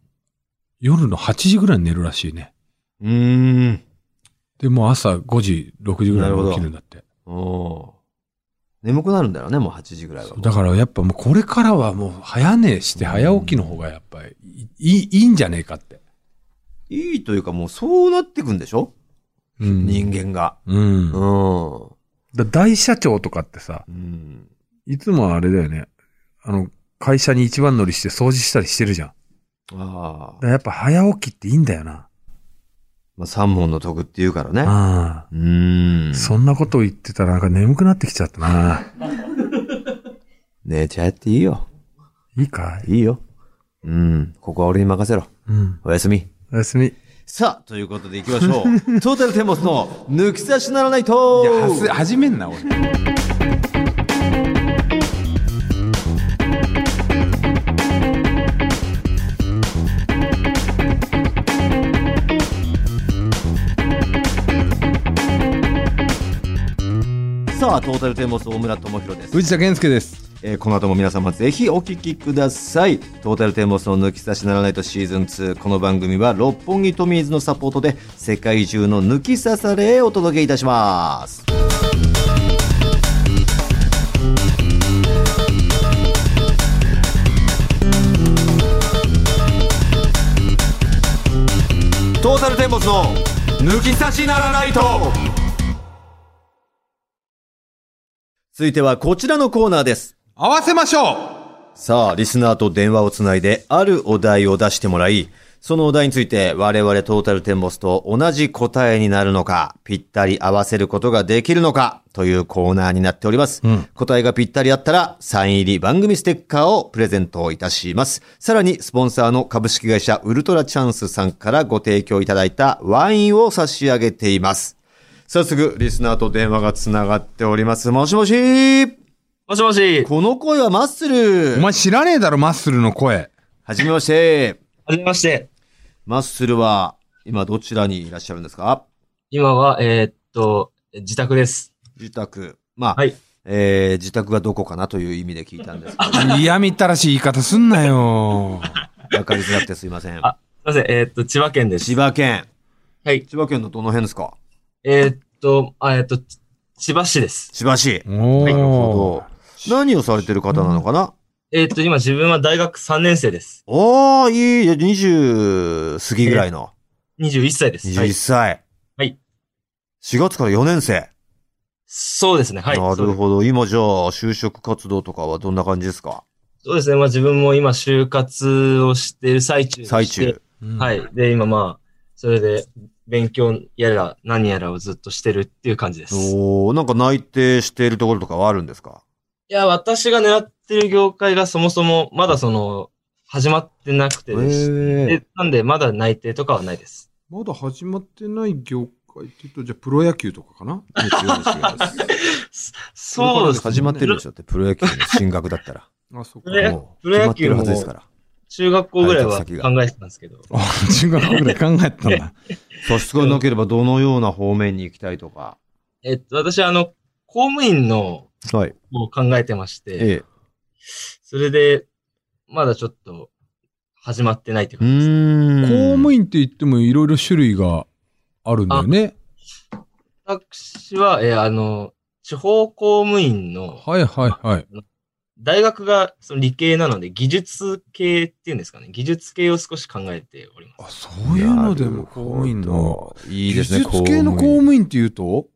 Speaker 2: 夜の8時ぐらいに寝るらしいね。
Speaker 1: うーん。
Speaker 2: で、もう朝5時、6時ぐらいに起きるんだって。
Speaker 1: おー眠くなるんだろうね、もう8時ぐらいは。
Speaker 2: だからやっぱもうこれからはもう早寝して早起きの方がやっぱりいいいいいんじゃねえかって。
Speaker 1: いいというかもうそうなってくんでしょ、
Speaker 2: うん。
Speaker 1: 人間が。
Speaker 2: うん。だ
Speaker 1: う
Speaker 2: 大社長とかってさ、
Speaker 1: ん。
Speaker 2: いつもあれだよね。あの、会社に一番乗りして掃除したりしてるじゃん。だ
Speaker 1: あ
Speaker 2: か
Speaker 1: あ。
Speaker 2: らやっぱ早起きっていいんだよな。
Speaker 1: まあ、三本の徳って言うからね。
Speaker 2: ああ。
Speaker 1: うーん。
Speaker 2: そんなことを言ってたらなんか眠くなってきちゃったな。
Speaker 1: 寝ちゃっていいよ。
Speaker 2: いいかい
Speaker 1: いいよ。うん。ここは俺に任せろ。
Speaker 2: うん。
Speaker 1: おやすみ。
Speaker 2: おやすみ。
Speaker 1: さあ、ということで行きましょ う。トータルテンボスの抜き差しならないと
Speaker 2: 始めんな、俺。
Speaker 1: さあ、トータルテンボス大村智弘です。
Speaker 2: 藤田健介です。
Speaker 1: えーこの後も皆様ぜひお聞きください。トータルテンボスの抜き差しならないとシーズン2。この番組は六本木トミーズのサポートで世界中の抜き差されへお届けいたします。トータルテンボスの抜き差しならないと続いてはこちらのコーナーです。
Speaker 2: 合わせましょ
Speaker 1: さあ、リスナーと電話をつないで、あるお題を出してもらい、そのお題について我々トータルテンボスと同じ答えになるのか、ぴったり合わせることができるのか、というコーナーになっております。答えがぴったりあったら、サイン入り番組ステッカーをプレゼントいたします。さらに、スポンサーの株式会社ウルトラチャンスさんからご提供いただいたワインを差し上げています。早速、リスナーと電話がつながっております。もしもし
Speaker 3: もしもし。
Speaker 1: この声はマッスル
Speaker 2: うお前知らねえだろ、マッスルの声。
Speaker 1: はじめまして。
Speaker 3: はじめまして。
Speaker 1: マッスルは、今どちらにいらっしゃるんですか
Speaker 3: 今は、えーっと、自宅です。
Speaker 1: 自宅。まあ、
Speaker 3: はい
Speaker 1: えー自宅がどこかなという意味で聞いたんですけ
Speaker 2: 嫌みったらしい言い方すんなよ。
Speaker 1: ど、わかりづらくてすいません。
Speaker 3: あすいません。えーっと、千葉県です。
Speaker 1: 千葉県。
Speaker 3: はい。
Speaker 1: 千葉県のどの辺ですか
Speaker 3: えーっと、あ、えーっと、ち千葉市です。
Speaker 1: 千葉市。
Speaker 2: お
Speaker 1: なる
Speaker 2: ー
Speaker 1: ほど。何をされてる方なのかな、
Speaker 3: えーっと、今自分は大学3年生です。
Speaker 1: おー、いい、20過ぎぐらいの。
Speaker 3: 21歳です。は
Speaker 1: 21
Speaker 3: い。
Speaker 1: 歳。
Speaker 3: はい。
Speaker 1: 4月から4年生。
Speaker 3: そうですね。はい。
Speaker 1: な
Speaker 3: そう
Speaker 1: る
Speaker 3: です
Speaker 1: ほど。今じゃあ、就職活動とかはどんな感じですか
Speaker 3: そうですね。まあ自分も今就活をしている最中でして
Speaker 1: 最中。。
Speaker 3: は。い。で、今まあ、それで勉強やら何やらをずっとしてるっていう感じです。い
Speaker 1: おー、なんか内定しているところとかはあるんですか
Speaker 3: や、私が狙ってる業界がそもそもまだその、始まってなくてですね
Speaker 1: え
Speaker 3: で、なんで、まだ内定とかはないです。
Speaker 2: まだ始まってない業界って言うと、じゃあプロ野球とかかな
Speaker 3: そうです。
Speaker 1: 始まってるんですよって、プロ野球の進学だった ら。
Speaker 2: あ、そっ
Speaker 3: プロ野
Speaker 2: か。
Speaker 1: もう
Speaker 3: プロ野球
Speaker 1: 決ま
Speaker 3: も
Speaker 1: ってるはずですから。
Speaker 3: 中学校ぐらいは考えてたんですけど。
Speaker 2: あ中学校ぐらい考えてたんだ。
Speaker 1: 差し支えなければどのような方面に行きたいとか。
Speaker 3: えっと、私はあの、公務員の
Speaker 1: はい。
Speaker 3: を考えてまして、
Speaker 1: ええ。
Speaker 3: それで、まだちょっと、始まってないってい
Speaker 1: う
Speaker 3: う感じです。
Speaker 1: ーん。
Speaker 2: 公務員って言ってもいろいろ種類があるんだよね。
Speaker 3: 私は、えーあの、地方公務員の、
Speaker 2: はいはいはい。
Speaker 3: 大学がその理系なので、技術系っていうんですかね。技術系を少し考えております。
Speaker 2: あ、そういうのでも公務員の。。
Speaker 1: いいですね、
Speaker 2: 技術系の公務員って言うと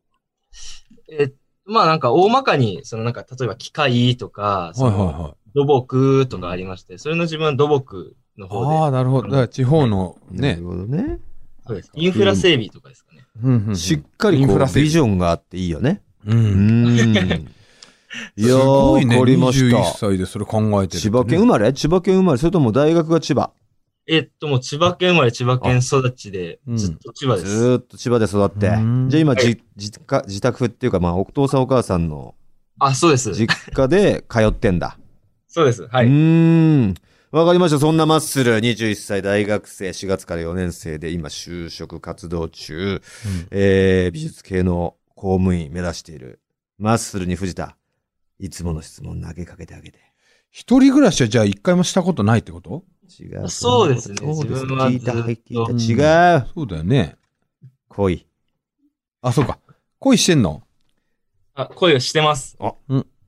Speaker 3: えーまあなんか大まかに、そのなんか例えば機械とか、そ
Speaker 2: はいはい
Speaker 3: の
Speaker 2: はい。
Speaker 3: 土木とかありまして、それの自分は土木の
Speaker 2: あ
Speaker 3: 方
Speaker 2: あ、
Speaker 3: で、
Speaker 2: なるほど。だから地方の
Speaker 1: な
Speaker 2: ね
Speaker 1: る。ほどね。
Speaker 3: そうですインフラ整備とかですかね。
Speaker 2: うんうんうん
Speaker 1: しっかり
Speaker 2: イン
Speaker 1: こ
Speaker 2: フ
Speaker 1: う
Speaker 2: ラ整備
Speaker 1: ビジョンがあっていいよね。
Speaker 2: う。
Speaker 1: うんー ん。いや
Speaker 2: すごい
Speaker 1: ー、
Speaker 2: ね。
Speaker 1: わかりまし
Speaker 2: 21
Speaker 1: た。
Speaker 2: 歳でそれ考えてるって
Speaker 1: 千
Speaker 2: ね。
Speaker 1: 葉県生まれ千葉県生まれそれとも大学が千葉
Speaker 3: えっと、もう千葉県生まれ、千葉県育ちで、
Speaker 2: うん
Speaker 3: ずっと千葉で
Speaker 1: ず
Speaker 3: す。
Speaker 1: ーっと千葉で育って。じゃあ
Speaker 2: うん
Speaker 1: 今、じ、実家、自宅っていうか、まあ、お父さんお母さんの
Speaker 3: あ、そうです。
Speaker 1: 実家で通ってんだ。
Speaker 3: そうです。は
Speaker 1: う
Speaker 3: い。
Speaker 1: ーん。わかりました。そんなマッスル、21歳大学生、4月から4年生で、今、就職活動中、えー、美術系の公務員目指している、マッスルに藤田、いつもの質問投げかけてあげて。
Speaker 2: 一人暮らしはじゃあ一回もしたことないってこと
Speaker 1: 違う。
Speaker 3: そうですね
Speaker 1: そうです
Speaker 3: 自分は
Speaker 1: 聞いた、
Speaker 3: ずっと
Speaker 1: はい聞いた。違う。
Speaker 2: そうだよね。
Speaker 1: 恋。
Speaker 2: あ、そうか。恋してんの
Speaker 3: あ、声をしてます。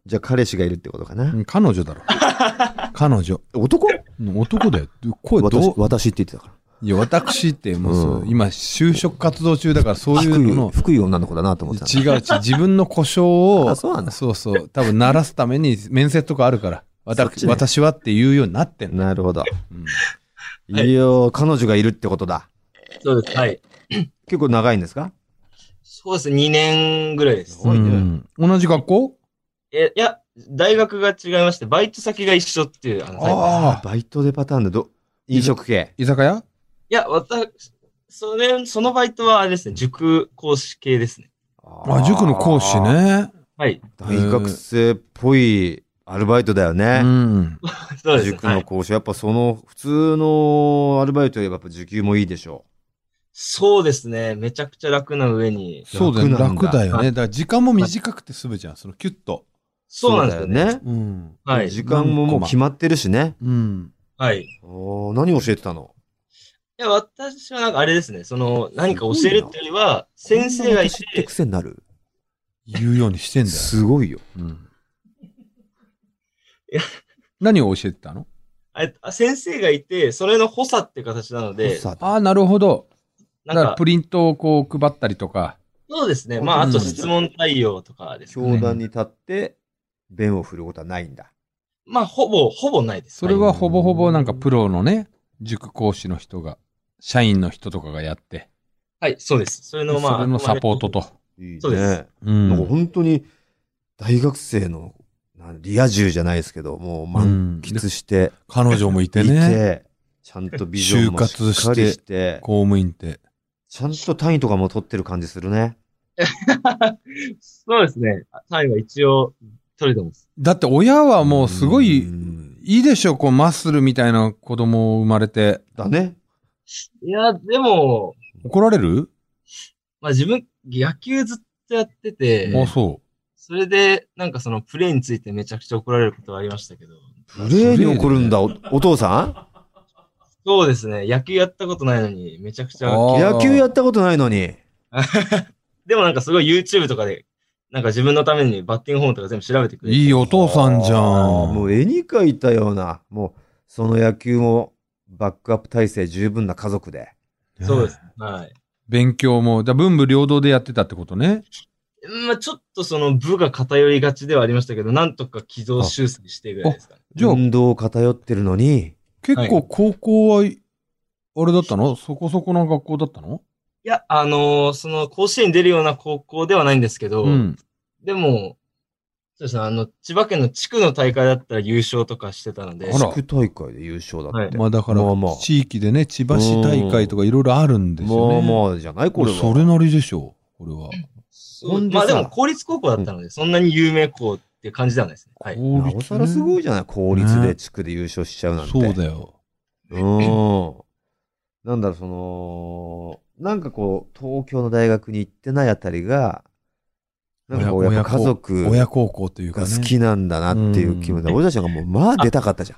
Speaker 1: じゃあ、彼氏がいるってことか
Speaker 2: う
Speaker 1: な。
Speaker 2: ん彼女 だろ。彼女。
Speaker 1: 男
Speaker 2: うん男だよ。声ど
Speaker 1: 私
Speaker 2: う、
Speaker 1: 私って言ってたから。
Speaker 2: いや、私ってもうそう、
Speaker 1: うん
Speaker 2: 今、就職活動中だから、そういう
Speaker 1: 低
Speaker 2: の
Speaker 1: い、
Speaker 2: の、
Speaker 1: 低い女の子だなと思ってた
Speaker 2: 違う違う、自分の故障を、
Speaker 1: あそうなんだ
Speaker 2: そうそう多分、鳴らすために面接とかあるから、
Speaker 1: そっ
Speaker 2: 私
Speaker 1: ちね
Speaker 2: 私はって言うようになってんの。
Speaker 1: な。なるほど。
Speaker 2: うん
Speaker 1: いやー彼女がいるってことだ。
Speaker 3: そうです。はい。
Speaker 1: 結構長いんですか
Speaker 3: そうです。2年ぐらいです。
Speaker 1: 多いね
Speaker 2: うん同じ学校
Speaker 3: え、いや、大学が違いまして、バイト先が一緒っていう、あの、はい
Speaker 2: ああ、
Speaker 1: バイトでパターンでど、飲食系。
Speaker 2: 居酒屋
Speaker 3: いや、私、それ、そのバイトはあれですね、塾講師系ですね。
Speaker 2: あ、塾の講師。ね。
Speaker 3: はい。
Speaker 1: 大学生っぽいアルバイトだよ
Speaker 2: う
Speaker 1: ね。
Speaker 2: ん。
Speaker 3: そうですね。
Speaker 1: 塾
Speaker 3: は
Speaker 1: の
Speaker 3: い
Speaker 1: 講師。やっぱその、普通のアルバイトよりやっぱ時給もいいでしょ
Speaker 3: そうですね。めちゃくちゃ楽な上に。
Speaker 2: そうだよね。
Speaker 1: 楽なん
Speaker 2: 楽
Speaker 1: だ
Speaker 2: だよね。だから時間も短くて済むじゃん。そのキュッと。
Speaker 3: そうなんですよ
Speaker 1: よ
Speaker 3: ね。
Speaker 1: ね。
Speaker 2: うん。
Speaker 3: はい。
Speaker 1: 時間ももう決まってるしね。
Speaker 2: うん。
Speaker 3: はい。い
Speaker 1: おー何教えてたの
Speaker 3: や、私はなんかあれですね、その、何か教えるっていうよりは、先生がい
Speaker 1: 知って
Speaker 3: て、
Speaker 1: 癖になる。
Speaker 2: 言うようにしてんだよ。
Speaker 1: すごいよ。
Speaker 2: うん
Speaker 3: いや。
Speaker 2: 何を教えてたの
Speaker 3: あれあ先生がいて、それの補佐っていう形なので、
Speaker 1: さ
Speaker 2: ああ、なるほど。
Speaker 3: な
Speaker 2: だか
Speaker 3: ん
Speaker 2: ら
Speaker 3: か、
Speaker 2: プリントをこう配ったりとか。
Speaker 3: そうですね。まあ、
Speaker 1: うん
Speaker 3: あと質問対応とかですね。
Speaker 1: 教団に立って、弁を振ることはないんだ。
Speaker 3: まあ、ほぼ、ほぼないです。
Speaker 2: それはほぼほぼなんかプロのね、塾講師の人が、社員の人とかがやって、
Speaker 3: はい、そうです。それの、まあ、
Speaker 2: それのサポートと。
Speaker 1: いいね。
Speaker 3: そうです
Speaker 2: う
Speaker 1: なんか
Speaker 2: ん。
Speaker 1: 本当に、大学生の、なんリア充じゃないですけど、もう満喫して、
Speaker 2: 彼女もいて
Speaker 1: い
Speaker 2: ね、
Speaker 1: て、ちゃんとビジョンもしっかりして、
Speaker 2: 公務員って。
Speaker 1: ちゃんと単位とかも取ってる感じするね。
Speaker 3: そうですね。単位は一応取れてます。
Speaker 2: だって親はもうすごい、
Speaker 1: うん
Speaker 2: いいでしょ、こうマッスルみたいな子供生まれて。
Speaker 1: だね。
Speaker 3: いや、でも、
Speaker 2: 怒られる、
Speaker 3: まあ自分、野球ずっとやってて、
Speaker 2: あ、そ
Speaker 3: それで、なんかそのプレーについてめちゃくちゃ怒られることはありましたけど。
Speaker 1: プレーに怒るんだ、おお父さ
Speaker 3: そうですね。野球やったことないのに、めちゃくちゃ。
Speaker 2: あ
Speaker 1: ん
Speaker 2: ー
Speaker 1: 野球やったことないのに。
Speaker 3: でもなんかすごい YouTube とかで、なんか自分のためにバッティングフォームとか全部調べてく
Speaker 2: う。
Speaker 3: れて。
Speaker 2: いいお父さんじゃん。
Speaker 1: あーもう絵に描いたような、もう、その野球もバックアップ体制十分な家族で。
Speaker 2: ね
Speaker 3: そうです。はい。
Speaker 2: 勉強も、だ文武両道でやってたってことね。
Speaker 3: まあちょっとその部が偏りがちではありましたけど、なんとか軌道修正してぐらいですかね。
Speaker 2: じゃあ、
Speaker 1: 運動偏ってるのに、
Speaker 2: 結
Speaker 3: は
Speaker 2: 構高校は、あれだったのそこそこの学校だったの
Speaker 3: いや、あのーその甲子園に出るような高校ではないんですけど、
Speaker 2: うん。
Speaker 3: でも、そうですね、あの、千葉県の地区の大会だったら優勝とかしてたので
Speaker 2: あ、ら
Speaker 1: 地区大会で優勝だって。
Speaker 3: はい
Speaker 2: まあだから
Speaker 1: まあまあ、
Speaker 2: 地域でね、千葉市大会とかいろいろあるんですよ
Speaker 1: まあ
Speaker 2: ね。
Speaker 1: まあじゃないこれは。
Speaker 2: それなりでしょう、これは。
Speaker 3: そう
Speaker 1: ほんで
Speaker 3: まあで
Speaker 1: さ
Speaker 3: も公立高校だったので、そんなに有名校っていう感じではないですね。はい。
Speaker 2: 公
Speaker 1: な
Speaker 2: 立
Speaker 1: おさらすごいじゃない公立
Speaker 2: ね
Speaker 1: で地区で優勝しちゃうなんて。
Speaker 2: そうだよ。
Speaker 1: うん。なんだろう、その、なんかこう、東京の大学に行ってないあたりが、なんかこう、や
Speaker 2: 親
Speaker 1: っぱ家族
Speaker 2: 親孝行というか
Speaker 1: が
Speaker 2: ね。
Speaker 1: 好きなんだなっていう気分だ。
Speaker 2: う
Speaker 1: 俺たちがもう、まあ出たかったじゃ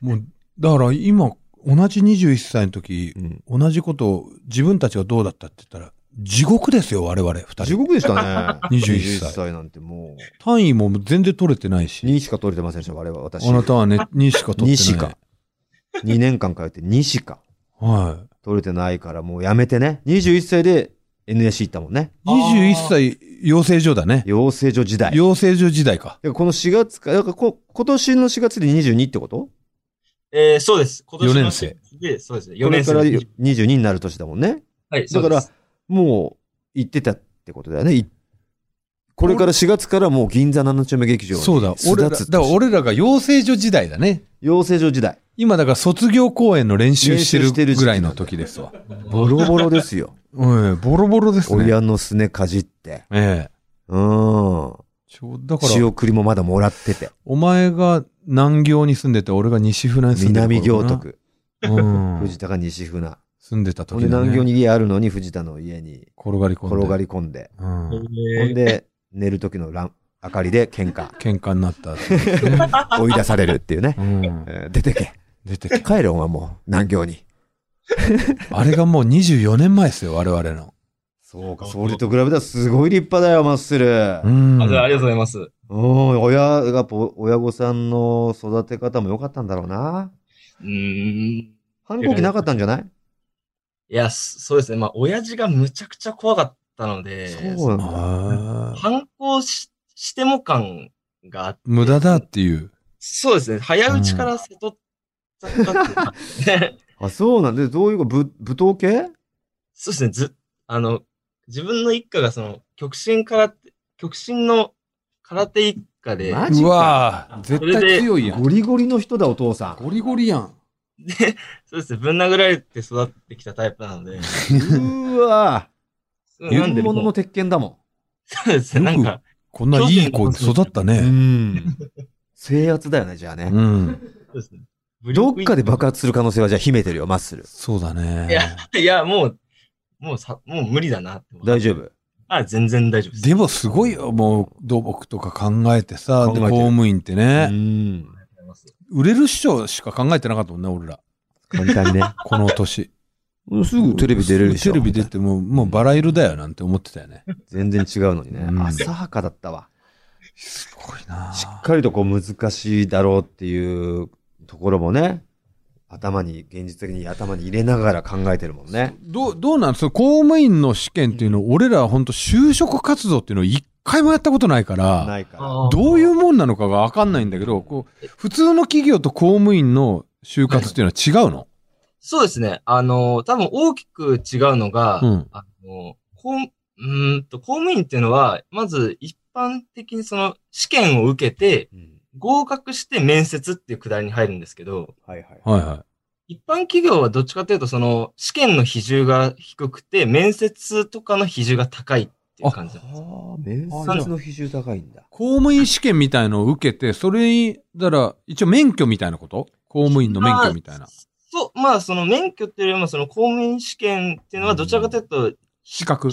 Speaker 2: もう、だから今、同じ21歳の時、
Speaker 1: ん。うん。
Speaker 2: 同じことを自分たちがどうだったって言ったら、地獄ですよ、我々、二
Speaker 1: 地
Speaker 2: 人。。
Speaker 1: 獄でしたね
Speaker 2: 21
Speaker 1: 21歳なんても、
Speaker 2: 単位も全然取れてないうし。
Speaker 1: 2しか取れてませんでした、我々、私。
Speaker 2: あなたはね、2しか取
Speaker 1: 2
Speaker 2: って
Speaker 1: し
Speaker 2: ない
Speaker 1: か。。2年間通って2しか
Speaker 2: は
Speaker 1: 取れてないから、もうやめてね。21歳で NSC 行ったもんね。
Speaker 2: い。21歳、養成所だね。
Speaker 1: 養成所時代。
Speaker 2: 養成所時代か。
Speaker 1: だからこの4月か、だからこ今年の4月で22ってこと
Speaker 3: えー、そうです。今年の
Speaker 2: 四年生
Speaker 3: で、そうですね。4
Speaker 1: これ
Speaker 3: 年
Speaker 1: か
Speaker 3: 生。
Speaker 1: ら22になる年だもんね。
Speaker 3: はい、そ
Speaker 1: だ
Speaker 3: うで
Speaker 1: から
Speaker 3: す。、
Speaker 1: もう行ってたってことだよね。いこれから4月からもう銀座7丁目劇場に
Speaker 2: そうだ、俺ら、だ
Speaker 1: 巣立つ
Speaker 2: から俺らが養成所時代だね。
Speaker 1: 養成所時代。
Speaker 2: 今だから卒業公演の練習して
Speaker 1: 練習して
Speaker 2: る
Speaker 1: る時期
Speaker 2: ぐらいの時ですわ。
Speaker 1: ボロボロです よ。
Speaker 2: うん、ボロボロですね。
Speaker 1: 親のすねかじって。
Speaker 2: ええ。
Speaker 1: うん。
Speaker 2: ちょだから、
Speaker 1: 仕送りもまだもら ってて。
Speaker 2: お前が南行に住んでて、俺が西船に住んでた頃
Speaker 1: 南行
Speaker 2: かな。
Speaker 1: 徳。
Speaker 2: うん。
Speaker 1: 藤田が西船。
Speaker 2: 住んでた
Speaker 1: ほ
Speaker 2: 時
Speaker 1: んで
Speaker 2: だね
Speaker 1: 南行に家あるのに藤田の家に
Speaker 2: 転がり込んで。
Speaker 1: 転がり込んで。
Speaker 2: うん。
Speaker 1: ほん
Speaker 3: えー
Speaker 1: で、寝る時のラン明かりで喧 嘩。
Speaker 2: 喧嘩になったっていうね。
Speaker 1: 追い出されるっていうね。
Speaker 2: うん。
Speaker 1: えー出てけ。
Speaker 2: 出てけ。
Speaker 1: 帰れ、お前もう、南京に。
Speaker 2: あれがもう24年前ですよ、我々の。
Speaker 1: そうか、それと比べたらすごい立派だよ、マッスル
Speaker 2: う。ん。
Speaker 3: あじゃあありがとうございます。
Speaker 1: うん、親が、ぽ親御さんの育て方も良かったんだろうな。
Speaker 3: うーん。
Speaker 1: 反抗期なかったんじゃない
Speaker 3: いや、そそうですね。まあ、親父がむちゃくちゃ怖かったので、
Speaker 1: そうなんだ。
Speaker 2: あー
Speaker 3: 反抗ししても感があって、
Speaker 2: 無駄だっていう。
Speaker 3: そうですね。早打ちから悟ったっていうか
Speaker 1: あ、そうなんで、どういうか、ぶ、舞踏系
Speaker 3: そうですね。ず、あの、自分の一家がその、極真空手、極真の空手一家で、
Speaker 1: マジ
Speaker 2: う
Speaker 1: か
Speaker 2: わぁ、
Speaker 3: そ
Speaker 2: 絶
Speaker 3: れで
Speaker 2: 対強いやん。
Speaker 1: ゴリゴリの人だ、お父 さん。
Speaker 2: ゴリゴリやん。
Speaker 3: そうですね。ぶん殴られて育ってきたタイプなので、
Speaker 1: うーわ
Speaker 3: そうなん
Speaker 1: ぁ。
Speaker 3: で
Speaker 1: 本
Speaker 3: もう
Speaker 1: 物の鉄拳だも
Speaker 3: そうですね。
Speaker 2: よ
Speaker 3: な
Speaker 2: く
Speaker 3: んか、
Speaker 2: こんないい子に育った
Speaker 1: ん。う
Speaker 2: ね。
Speaker 1: ん。制圧だよね、じゃあね。
Speaker 2: うん。
Speaker 3: そうですね。
Speaker 1: どっかで爆発する可能性はじゃあ秘めてるよ、マッスル。
Speaker 2: そうだね。
Speaker 3: いや、いや、もう、もうさ、もう無理だなって思って
Speaker 1: 大丈夫。
Speaker 3: あ、全然大丈夫です。
Speaker 2: でもすごいよ、もう土木とか考えてさ、
Speaker 1: 考え
Speaker 2: で
Speaker 1: て
Speaker 2: 公
Speaker 1: る
Speaker 2: 務員って
Speaker 1: う
Speaker 2: ね、
Speaker 1: ん。
Speaker 2: 売れる師匠しか考えてなかったもんね、俺ら。
Speaker 1: 簡単ね。
Speaker 2: この年。
Speaker 1: すぐテレビ出れるでしょ。
Speaker 2: テレビ出てもう、もうバラ色だよなんて思ってたよね。
Speaker 1: 全然違うのにね。
Speaker 2: うん
Speaker 1: 浅はかだったわ。
Speaker 2: すごいな
Speaker 1: しっかりとこう難しいだろうっていうところもね、頭に、現実的に頭に入れながら考えてるもんね。
Speaker 2: どう、どうなんその公務員の試験っていうの、俺らは本当就職活動っていうのを一回もやったことないから、
Speaker 1: ないから。
Speaker 3: あー
Speaker 2: どういうもんなのかがわかんないんだけど、こう、普通の企業と公務員の就活っていうのは違うの
Speaker 3: そうですね。あの、多分大きく違うのが、
Speaker 2: うん
Speaker 3: あの、公務うーんと公務員っていうのは、まず一般的にその試験を受けて、
Speaker 1: うん
Speaker 3: 合格して面接っていうくだりに入るんですけど、
Speaker 1: はいはい。
Speaker 2: はいは
Speaker 3: 一般企業はどっちかというと、その試験の比重が低くて、面接とかの比重が高いっていう感じなんです。
Speaker 1: ああ、面接の比重高いんだ。
Speaker 2: 公務員試験みたいのを受けて、それに、だから、一応免許みたいなこと公務員の免許みたいな。
Speaker 3: そう、まあその免許っていうよりも、その公務員試験っていうのはどちらかというと、
Speaker 2: 資格。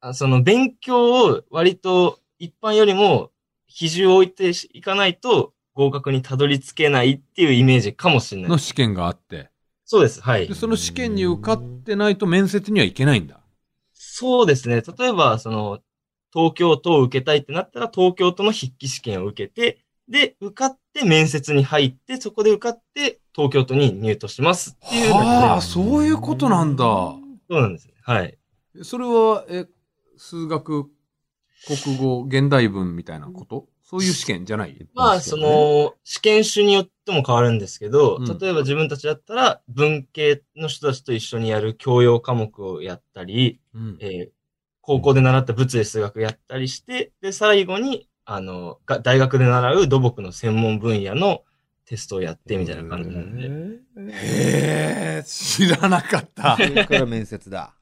Speaker 3: あその勉強を割と一般よりも比重を置いていかないと合格にたどり着けないっていうイメージかもしれな
Speaker 2: の
Speaker 3: い。
Speaker 2: 試験があって。
Speaker 3: そうです。はい
Speaker 2: で、。その試験に受かってないと面接にはいけないんだ。
Speaker 3: そうですね。例えば、その、東京都を受けたいってなったら、東京都の筆記試験を受けて、で、受かって面接に入って、そこで受かって、東京都に入都しますっていうのが、
Speaker 2: はあ、そういうことなんだ。
Speaker 3: そうなんですね。はい。
Speaker 2: それは、え、数学、国語、現代文みたいなことそういう試験じゃない
Speaker 3: まあ、そ、の、試験種によっても変わるんですけど、
Speaker 2: うん
Speaker 3: 例えば自分たちだったら、文系の人たちと一緒にやる教養科目をやったり、
Speaker 2: うん
Speaker 3: えー高校で習った物理数学やったりして、で、最後に、あの、が大学で習う土木の専門分野のテストをやってみたいな感じなんで。
Speaker 1: で。
Speaker 2: へえ、知らなかった。
Speaker 1: それから面接だ。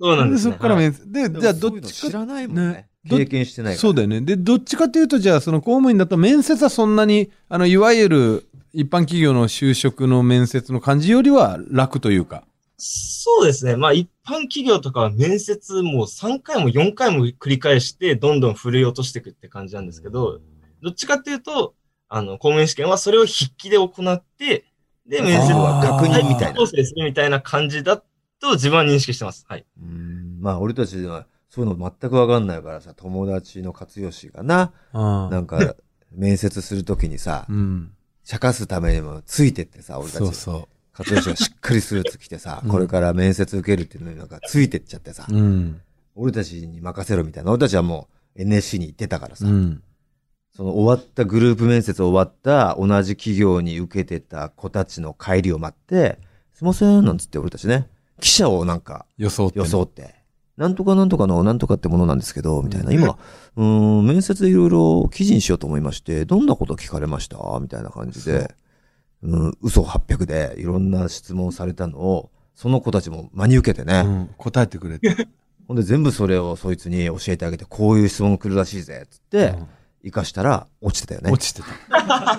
Speaker 3: そうなん です、
Speaker 2: そ
Speaker 3: ね。
Speaker 2: っから
Speaker 3: はい
Speaker 2: 面接。で、じゃあどっち
Speaker 1: 知
Speaker 2: か。
Speaker 1: らないもんね
Speaker 2: ね。
Speaker 1: 経験してないから。
Speaker 2: そうだよね。で、どっちかというと、じゃあ、その公務員だと面接はそんなに、あの、いわゆる一般企業の就職の面接の感じよりは楽というか。
Speaker 3: そうですね。まあ、一般企業とかは面接もう3回も4回も繰り返して、どんどん振り落としていくって感じなんですけど、どっちかっていうと、あの、公務員試験はそれを筆記で行って、で、面接
Speaker 2: あ
Speaker 3: は
Speaker 2: ー
Speaker 1: 確認みたいな
Speaker 3: 調。整するみたいな感じだと自分は認識してます。はい。
Speaker 1: うんまあ、俺たちはそういうの全くわかんないからさ、友達の活用しがな、
Speaker 2: あ
Speaker 1: なんか、面接するときにさ
Speaker 2: う、ん。
Speaker 1: 茶化すためにもついてってさ、俺た
Speaker 2: そう
Speaker 1: ち、
Speaker 2: そ
Speaker 1: 活用しがしっかりスーツ着てさ
Speaker 2: う、ん
Speaker 1: これから面接受けるっていうのになんかついてっちゃってさ
Speaker 2: う。、うん。
Speaker 1: 俺たちに任せろみたいな。俺たちはもう NSC に行ってたからさ
Speaker 2: う、ん。
Speaker 1: その終わったグループ面接終わった同じ企業に受けてた子たちの帰りを待って、すいません、なんつって俺たちね、記者をなんか、
Speaker 2: 予想ってね。
Speaker 1: 装って。なんとかなんとかのなんとかってものなんですけど、みたいな。今、うーん、面接でいろいろ記事にしようと思いまして、どんなこと聞かれましたみたいな感じで、うん、嘘800でいろんな質問されたのを、その子たちも真に受けてね。
Speaker 2: うん。答えてくれて。
Speaker 1: ほんで全部それをそいつに教えてあげて、こういう質問来るらしいぜ、つって、生かしたら落ちてたよ
Speaker 2: うん
Speaker 1: ね
Speaker 2: 落。ちてた。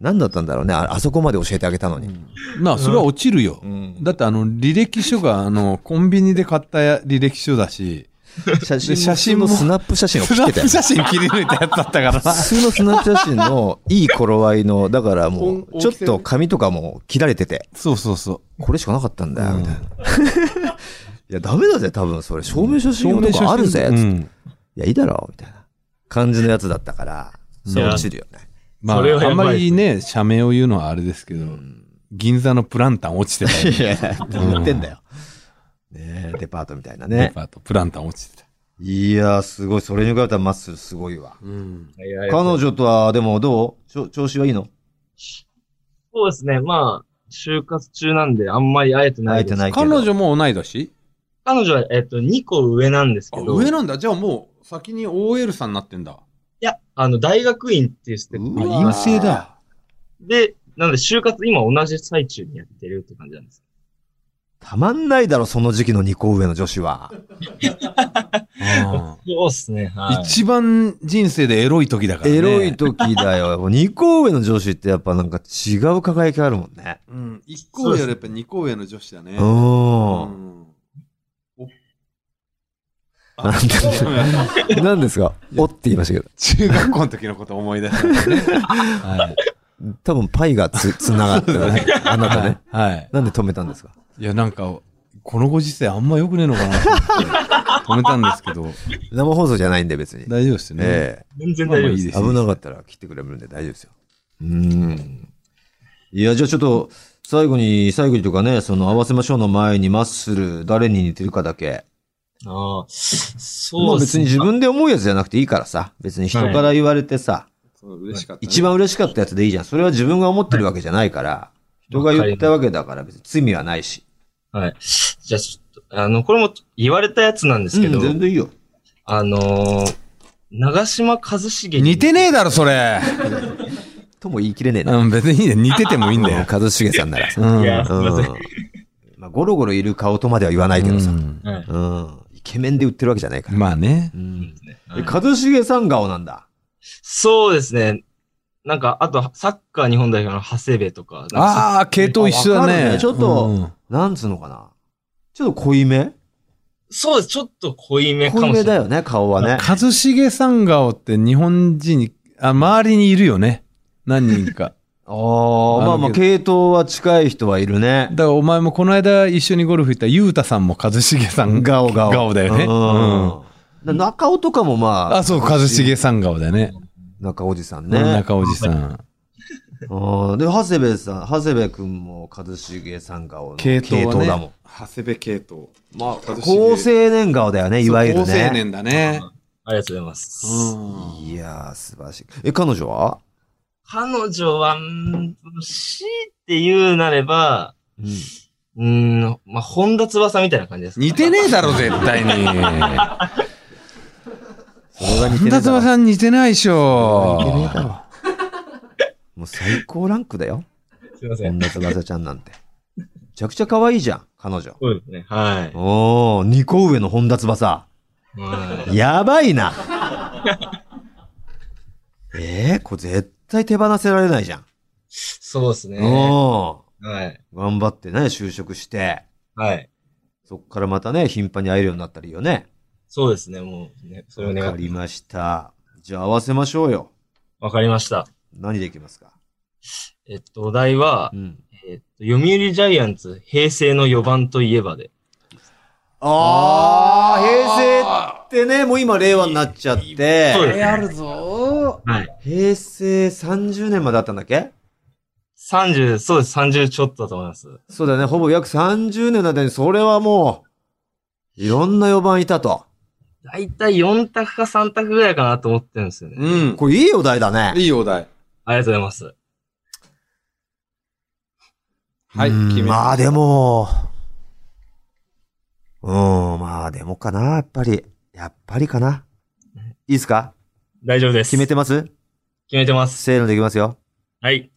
Speaker 1: 何だったんだろうね。ああそこまで教えてあげたのに。
Speaker 2: まあ、それは落ちるよ。
Speaker 1: うん
Speaker 2: だって、あの、履歴書が、あの、コンビニで買った履歴書だし、
Speaker 1: 写真
Speaker 2: で写真も
Speaker 1: 普通のスナップ写真を
Speaker 2: ス
Speaker 1: 切
Speaker 2: ナ
Speaker 1: って
Speaker 2: ッ
Speaker 1: たよ
Speaker 2: プ
Speaker 1: ね。
Speaker 2: 写真切り抜いたやつだっ たからな。
Speaker 1: 普通のスナップ写真のいい頃合いの、だからもう、ちょっと髪とかも切られてて、
Speaker 2: そうそうそ
Speaker 1: これしかなかったんだよ、
Speaker 2: うん
Speaker 1: みたいな。 いや、ダメだぜ、多分それ。証明写
Speaker 2: う。
Speaker 1: 真用とかあるぜ、
Speaker 2: う
Speaker 1: つってい
Speaker 2: ん。
Speaker 1: や、いいだろ、みたいな感じのやつだったから、
Speaker 2: うん
Speaker 1: そう落ちるよね。
Speaker 2: まあ、
Speaker 3: それは
Speaker 2: あ
Speaker 3: や
Speaker 2: ん
Speaker 3: ばい
Speaker 2: まりね、社名を言うのはあれですけど、銀座のプランタン落ちてた よ、ね。
Speaker 1: いや、 何言ってんだよ。ねえデパートみたいな
Speaker 2: デ
Speaker 1: ね。
Speaker 2: パート、プランタン落ちてた。
Speaker 1: いやー、すごい。それに比べたらマッスルすごいわ。
Speaker 2: うん。
Speaker 3: はいはい
Speaker 1: 彼女とは、でもどうちょ調子はいいの
Speaker 3: そうですね。まあ、就活中なんであんまり会えてな
Speaker 1: 会え
Speaker 3: いで
Speaker 1: て
Speaker 3: す。
Speaker 1: ないけど。
Speaker 2: 彼女も同い年
Speaker 3: 彼女は、えっと、2個上なんですけど。い
Speaker 2: なんだ。じゃあもう、先に OL さんになってんだ。
Speaker 3: や、あの、大学院っていうステップ
Speaker 1: う
Speaker 2: あ、
Speaker 1: わ
Speaker 2: 陰 性だ。
Speaker 3: で、なので、就活今同じ最中にやってるって感じなんです。
Speaker 1: たまんないだろ、その時期の2個上の女子は。
Speaker 2: うん
Speaker 3: そうですね。は
Speaker 2: 一番人生でエロい時だからね。
Speaker 1: エロい時だよ。2個 上の女子ってやっぱなんか違う輝きあるもんね。
Speaker 2: うん。一
Speaker 3: 個上よりやっ
Speaker 2: ぱ二個上の女子だね
Speaker 1: うん。なんで、なんですかおって言いましたけ
Speaker 2: 中学校の時のこと思い出したんですね。 はい。
Speaker 1: ど。多分パイがつ、つながった よね。あなたね。
Speaker 2: はい。
Speaker 1: なんで止めたんですか
Speaker 2: いや、なんか、このご時世あんま良くねえのかなと思って止めたんですけど、
Speaker 1: 生放送じゃないんで別に。
Speaker 2: 大丈夫ですよね。
Speaker 1: え
Speaker 3: 全然大丈夫です。
Speaker 1: え危なかったら切ってくれるんで大丈夫ですよ。うーん。いや、じゃあちょっと、最後に、最後にというかね、その合わせましょうの前にマッスル、誰に似てるかだけ。
Speaker 3: ああ、そ
Speaker 1: まあ
Speaker 3: うで
Speaker 1: 別
Speaker 3: す
Speaker 1: に
Speaker 3: ね。
Speaker 1: 自分で思うやつじゃなくていいからさ。別に人から言われてさ。
Speaker 2: そう嬉しかった、
Speaker 1: 一。番嬉しかったやつでいいじゃん。それは自分が思ってるわけじゃないから、人が言ったわけだから別に罪はないし。
Speaker 3: はい。じゃあ、ちょっと、あの、これも言われたやつなんですけど、
Speaker 1: 全然いいよ。
Speaker 3: あのー長島一茂に
Speaker 2: 似てねえだろ、そ れ。
Speaker 1: とも言い切れねえな。
Speaker 2: うん、別にいいね。似ててもいいんだよ。
Speaker 1: 一茂さんならさ。
Speaker 2: うん。
Speaker 3: いや、すいません。
Speaker 1: うんまあ、ゴロゴロいる顔とまでは言わないけどさ。
Speaker 2: うん
Speaker 3: はい
Speaker 1: うん。イケメンで売ってるわけじゃないから。
Speaker 2: まあね
Speaker 1: う。ん。え一茂さん顔なんだ。
Speaker 3: そうですね。なんか、あと、サッカー日本代表の長谷部とか、なんか
Speaker 2: ああ、系統一緒だ
Speaker 1: わかる
Speaker 2: ね。
Speaker 1: ねちょっとなんつうのかな。ちょっと濃いめ
Speaker 3: そそうです。ちょっと濃いめか
Speaker 1: 濃い
Speaker 3: も
Speaker 1: め
Speaker 3: しれ
Speaker 1: だ
Speaker 3: ない。
Speaker 1: よね、顔は
Speaker 2: うん
Speaker 1: ね。
Speaker 2: 一茂さん顔って日本人に、あ、周りにいるよね。何人か。
Speaker 1: ああ、まあまあ、系統は近い人はいるね
Speaker 2: だ。からお前もこの間一緒にゴルフ行ったゆうたさんも一茂さん
Speaker 1: 顔顔。
Speaker 2: 顔だよね。うん。
Speaker 1: うん。中尾とかもまあ。
Speaker 2: あ、そう、一茂さん顔だね。
Speaker 1: 中おじさんね。
Speaker 2: 中おじさん。
Speaker 1: うんで、長谷部さん、長谷部君も一茂さん顔の
Speaker 2: 系統はね
Speaker 1: だもん。
Speaker 2: 長谷部系統。まあ、
Speaker 1: 高青年顔だよね、いわゆる
Speaker 2: 高青
Speaker 1: ね。
Speaker 2: 年だね。
Speaker 3: ありがとうございます。
Speaker 2: うん。
Speaker 1: いやー、素晴らしい。え、彼女は
Speaker 3: 彼女は、うーん強いて言うなれば、
Speaker 1: うん。
Speaker 3: うーん、まあ、本田翼みたいな感じですか
Speaker 2: 似てねえだろ、絶 対に。
Speaker 1: それは似てねえだ
Speaker 2: 本田
Speaker 1: ろ
Speaker 2: 翼さん似てないでしょ。
Speaker 1: もう最高ランクだよ。
Speaker 3: すいません。
Speaker 1: 本田翼ちゃんなんて。めちゃくちゃ可愛いじゃん、彼女。
Speaker 3: そうですね。はい。
Speaker 1: おー、二個上の本田翼。
Speaker 3: はい
Speaker 1: やばい な。えー、これ絶対手放せられないじゃん。
Speaker 3: そうですね。
Speaker 1: おー。
Speaker 3: はい。
Speaker 1: 頑張ってね、就職して、
Speaker 3: はい。
Speaker 1: そこからまたね、頻繁に会えるようになったらいいよね。
Speaker 3: そうですね。もう、ね、それを
Speaker 1: わ
Speaker 3: 願
Speaker 1: か
Speaker 3: って
Speaker 1: りました。じゃあ合わせましょうよ。
Speaker 3: わかりました。
Speaker 1: 何でいきますか
Speaker 3: えっと、お題は
Speaker 1: う、ん。
Speaker 3: えっと、読売ジャイアンツ、平成の4番といえばで。
Speaker 1: ああ、平成ってね、もう今令和になっちゃって、
Speaker 3: そうですね。
Speaker 2: るぞ。
Speaker 3: はい。
Speaker 1: 平成30年まであったんだっけ
Speaker 3: 30、そうです。30ちょっとだと思います。
Speaker 1: そうだね、ほぼ約30年の間に、それはもう、いろんな4番いたと。
Speaker 3: だいたい4択か3択ぐらいかなと思ってるんですよね。
Speaker 2: うん。
Speaker 1: これいいお題だね。
Speaker 2: いいお題。
Speaker 3: ありがとうございます。
Speaker 2: はい、
Speaker 1: うん
Speaker 2: 決め
Speaker 1: まあでも、うん、まあでもかな、やっぱり。やっぱりかな。いいですか
Speaker 3: 大丈夫です。
Speaker 1: 決めてます
Speaker 3: 決めてます。
Speaker 1: せーのでいきますよ。
Speaker 3: はい。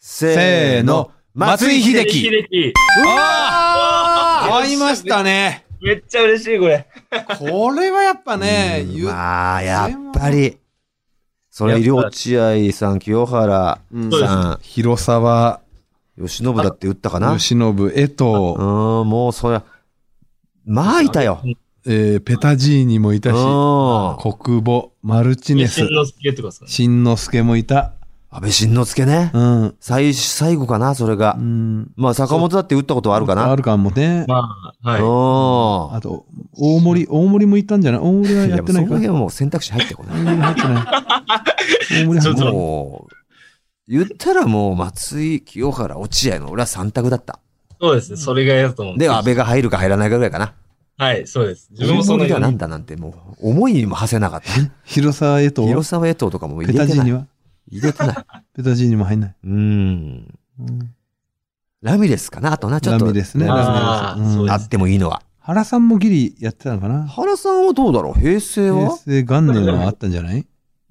Speaker 1: せーの。
Speaker 2: 松井秀喜。
Speaker 3: 秀樹。
Speaker 2: ああ買いましたね。
Speaker 3: めっちゃ嬉しい、これ。
Speaker 2: これはやっぱね、
Speaker 1: うん
Speaker 2: 言う。
Speaker 1: まあ、やっぱり。それいる落合さん、清原
Speaker 2: うん
Speaker 3: そうです
Speaker 1: さ
Speaker 2: 広沢、
Speaker 1: ん、吉信だって打ったかな。う
Speaker 2: 由伸、江
Speaker 1: ー
Speaker 2: 藤、
Speaker 1: ん、もうそりゃ、まあいたよ。
Speaker 2: えーペタジーニもいうたし、
Speaker 1: ん。
Speaker 2: 国母、マルチネス
Speaker 3: 新、之助とかですかね。
Speaker 2: しんのすけもいた。
Speaker 1: 安倍晋之助ね
Speaker 2: う。ん。
Speaker 1: 最、最後かな、それが
Speaker 2: う。ん。
Speaker 1: まあ、坂本だって打ったことはあるか
Speaker 2: あ
Speaker 1: な。
Speaker 2: るかもね。
Speaker 3: まあ、はい。
Speaker 1: うん
Speaker 2: あ。と、大森、大森もいたんじゃない大森はい
Speaker 1: や、
Speaker 2: やっ
Speaker 1: も
Speaker 2: て
Speaker 1: うそ
Speaker 2: な
Speaker 1: の
Speaker 2: いか。
Speaker 1: 辺はもう選択肢入ってこない
Speaker 2: 大。森入ってない。大森入ってない。
Speaker 1: もう、言ったらもう松井、清原、落合の俺は3択だった。
Speaker 3: そうですね。それぐらいだと思う。
Speaker 1: で、安倍が入るか入らないかぐらいかな。
Speaker 3: はい、そうです。自
Speaker 1: 自
Speaker 3: 分もそん
Speaker 1: 分
Speaker 3: な
Speaker 1: ではな
Speaker 3: に。
Speaker 1: んだなんてもう、思いにも馳せなかった。
Speaker 2: 広沢、江藤、
Speaker 1: 広沢江藤とかも入
Speaker 2: ペ
Speaker 1: れ
Speaker 2: タ
Speaker 1: て
Speaker 2: ジー
Speaker 1: な
Speaker 2: ニ
Speaker 1: い。
Speaker 2: は
Speaker 1: 入れてない。
Speaker 2: ペタジーニも入んない。
Speaker 1: うーん。
Speaker 2: うん
Speaker 1: ラミレスかなあとな、ちょっと。
Speaker 2: ラミレスね
Speaker 3: ラミレ
Speaker 1: う
Speaker 3: ス
Speaker 1: ん
Speaker 3: そう
Speaker 1: あ
Speaker 3: です
Speaker 1: ってもいいのは。
Speaker 2: 原さんもギリやってたのかな
Speaker 1: 原さんはどうだろう平成
Speaker 2: 平
Speaker 1: は
Speaker 2: 成元年はあったんじゃない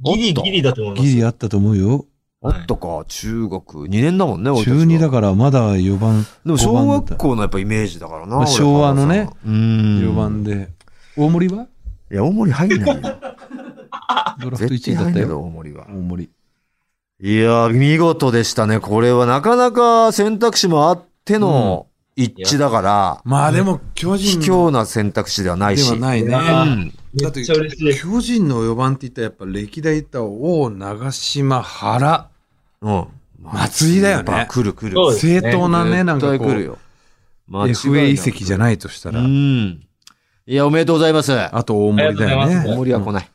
Speaker 3: ギリギリだと思います。
Speaker 2: ギリあったと思うよ。
Speaker 1: あったか、中学2年だもんね、俺たち
Speaker 2: 中
Speaker 1: は
Speaker 2: 2だからまだ4番、
Speaker 1: でも
Speaker 2: 五
Speaker 1: 小
Speaker 2: 番だった
Speaker 1: 学校のやっぱイメージだからな。
Speaker 2: まあ
Speaker 1: 俺
Speaker 2: 昭和のね
Speaker 1: 原さんは。うーん。
Speaker 2: 4番で。大森はい
Speaker 1: や、大森入んないよ。
Speaker 2: ドラフト
Speaker 1: 絶対
Speaker 2: 1
Speaker 1: 入ん
Speaker 2: 位だった
Speaker 1: ないだ
Speaker 2: よ。
Speaker 1: ろ、大森は
Speaker 2: 大。森。
Speaker 1: いやー、見事でしたね。これはなかなか選択肢もあっての、一致だから、
Speaker 2: まあでも、巨
Speaker 1: 卑
Speaker 2: 人
Speaker 1: 怯な選択肢ではない
Speaker 2: で
Speaker 1: し。
Speaker 2: はないね。
Speaker 3: な
Speaker 1: う
Speaker 3: い
Speaker 1: ん。
Speaker 3: めっちゃ嬉しい。
Speaker 2: 巨人の4番って言ったらやっぱ歴代言ったら王、長島、原。
Speaker 1: うん。
Speaker 2: 松井だよね
Speaker 1: やっぱ来る来る。
Speaker 3: そうですね
Speaker 2: 正当なね、なん
Speaker 1: 絶対
Speaker 2: かこう
Speaker 1: 来、るよ。
Speaker 2: FA 移籍じゃ
Speaker 1: い
Speaker 2: ないとした
Speaker 1: う
Speaker 2: ら、
Speaker 1: ん。いや、おめでとうございます。
Speaker 2: あと大
Speaker 3: あ
Speaker 2: 盛
Speaker 3: り
Speaker 2: り
Speaker 3: がと
Speaker 2: だよ
Speaker 3: うございます
Speaker 1: 大
Speaker 2: ね。
Speaker 1: 盛りは来ない。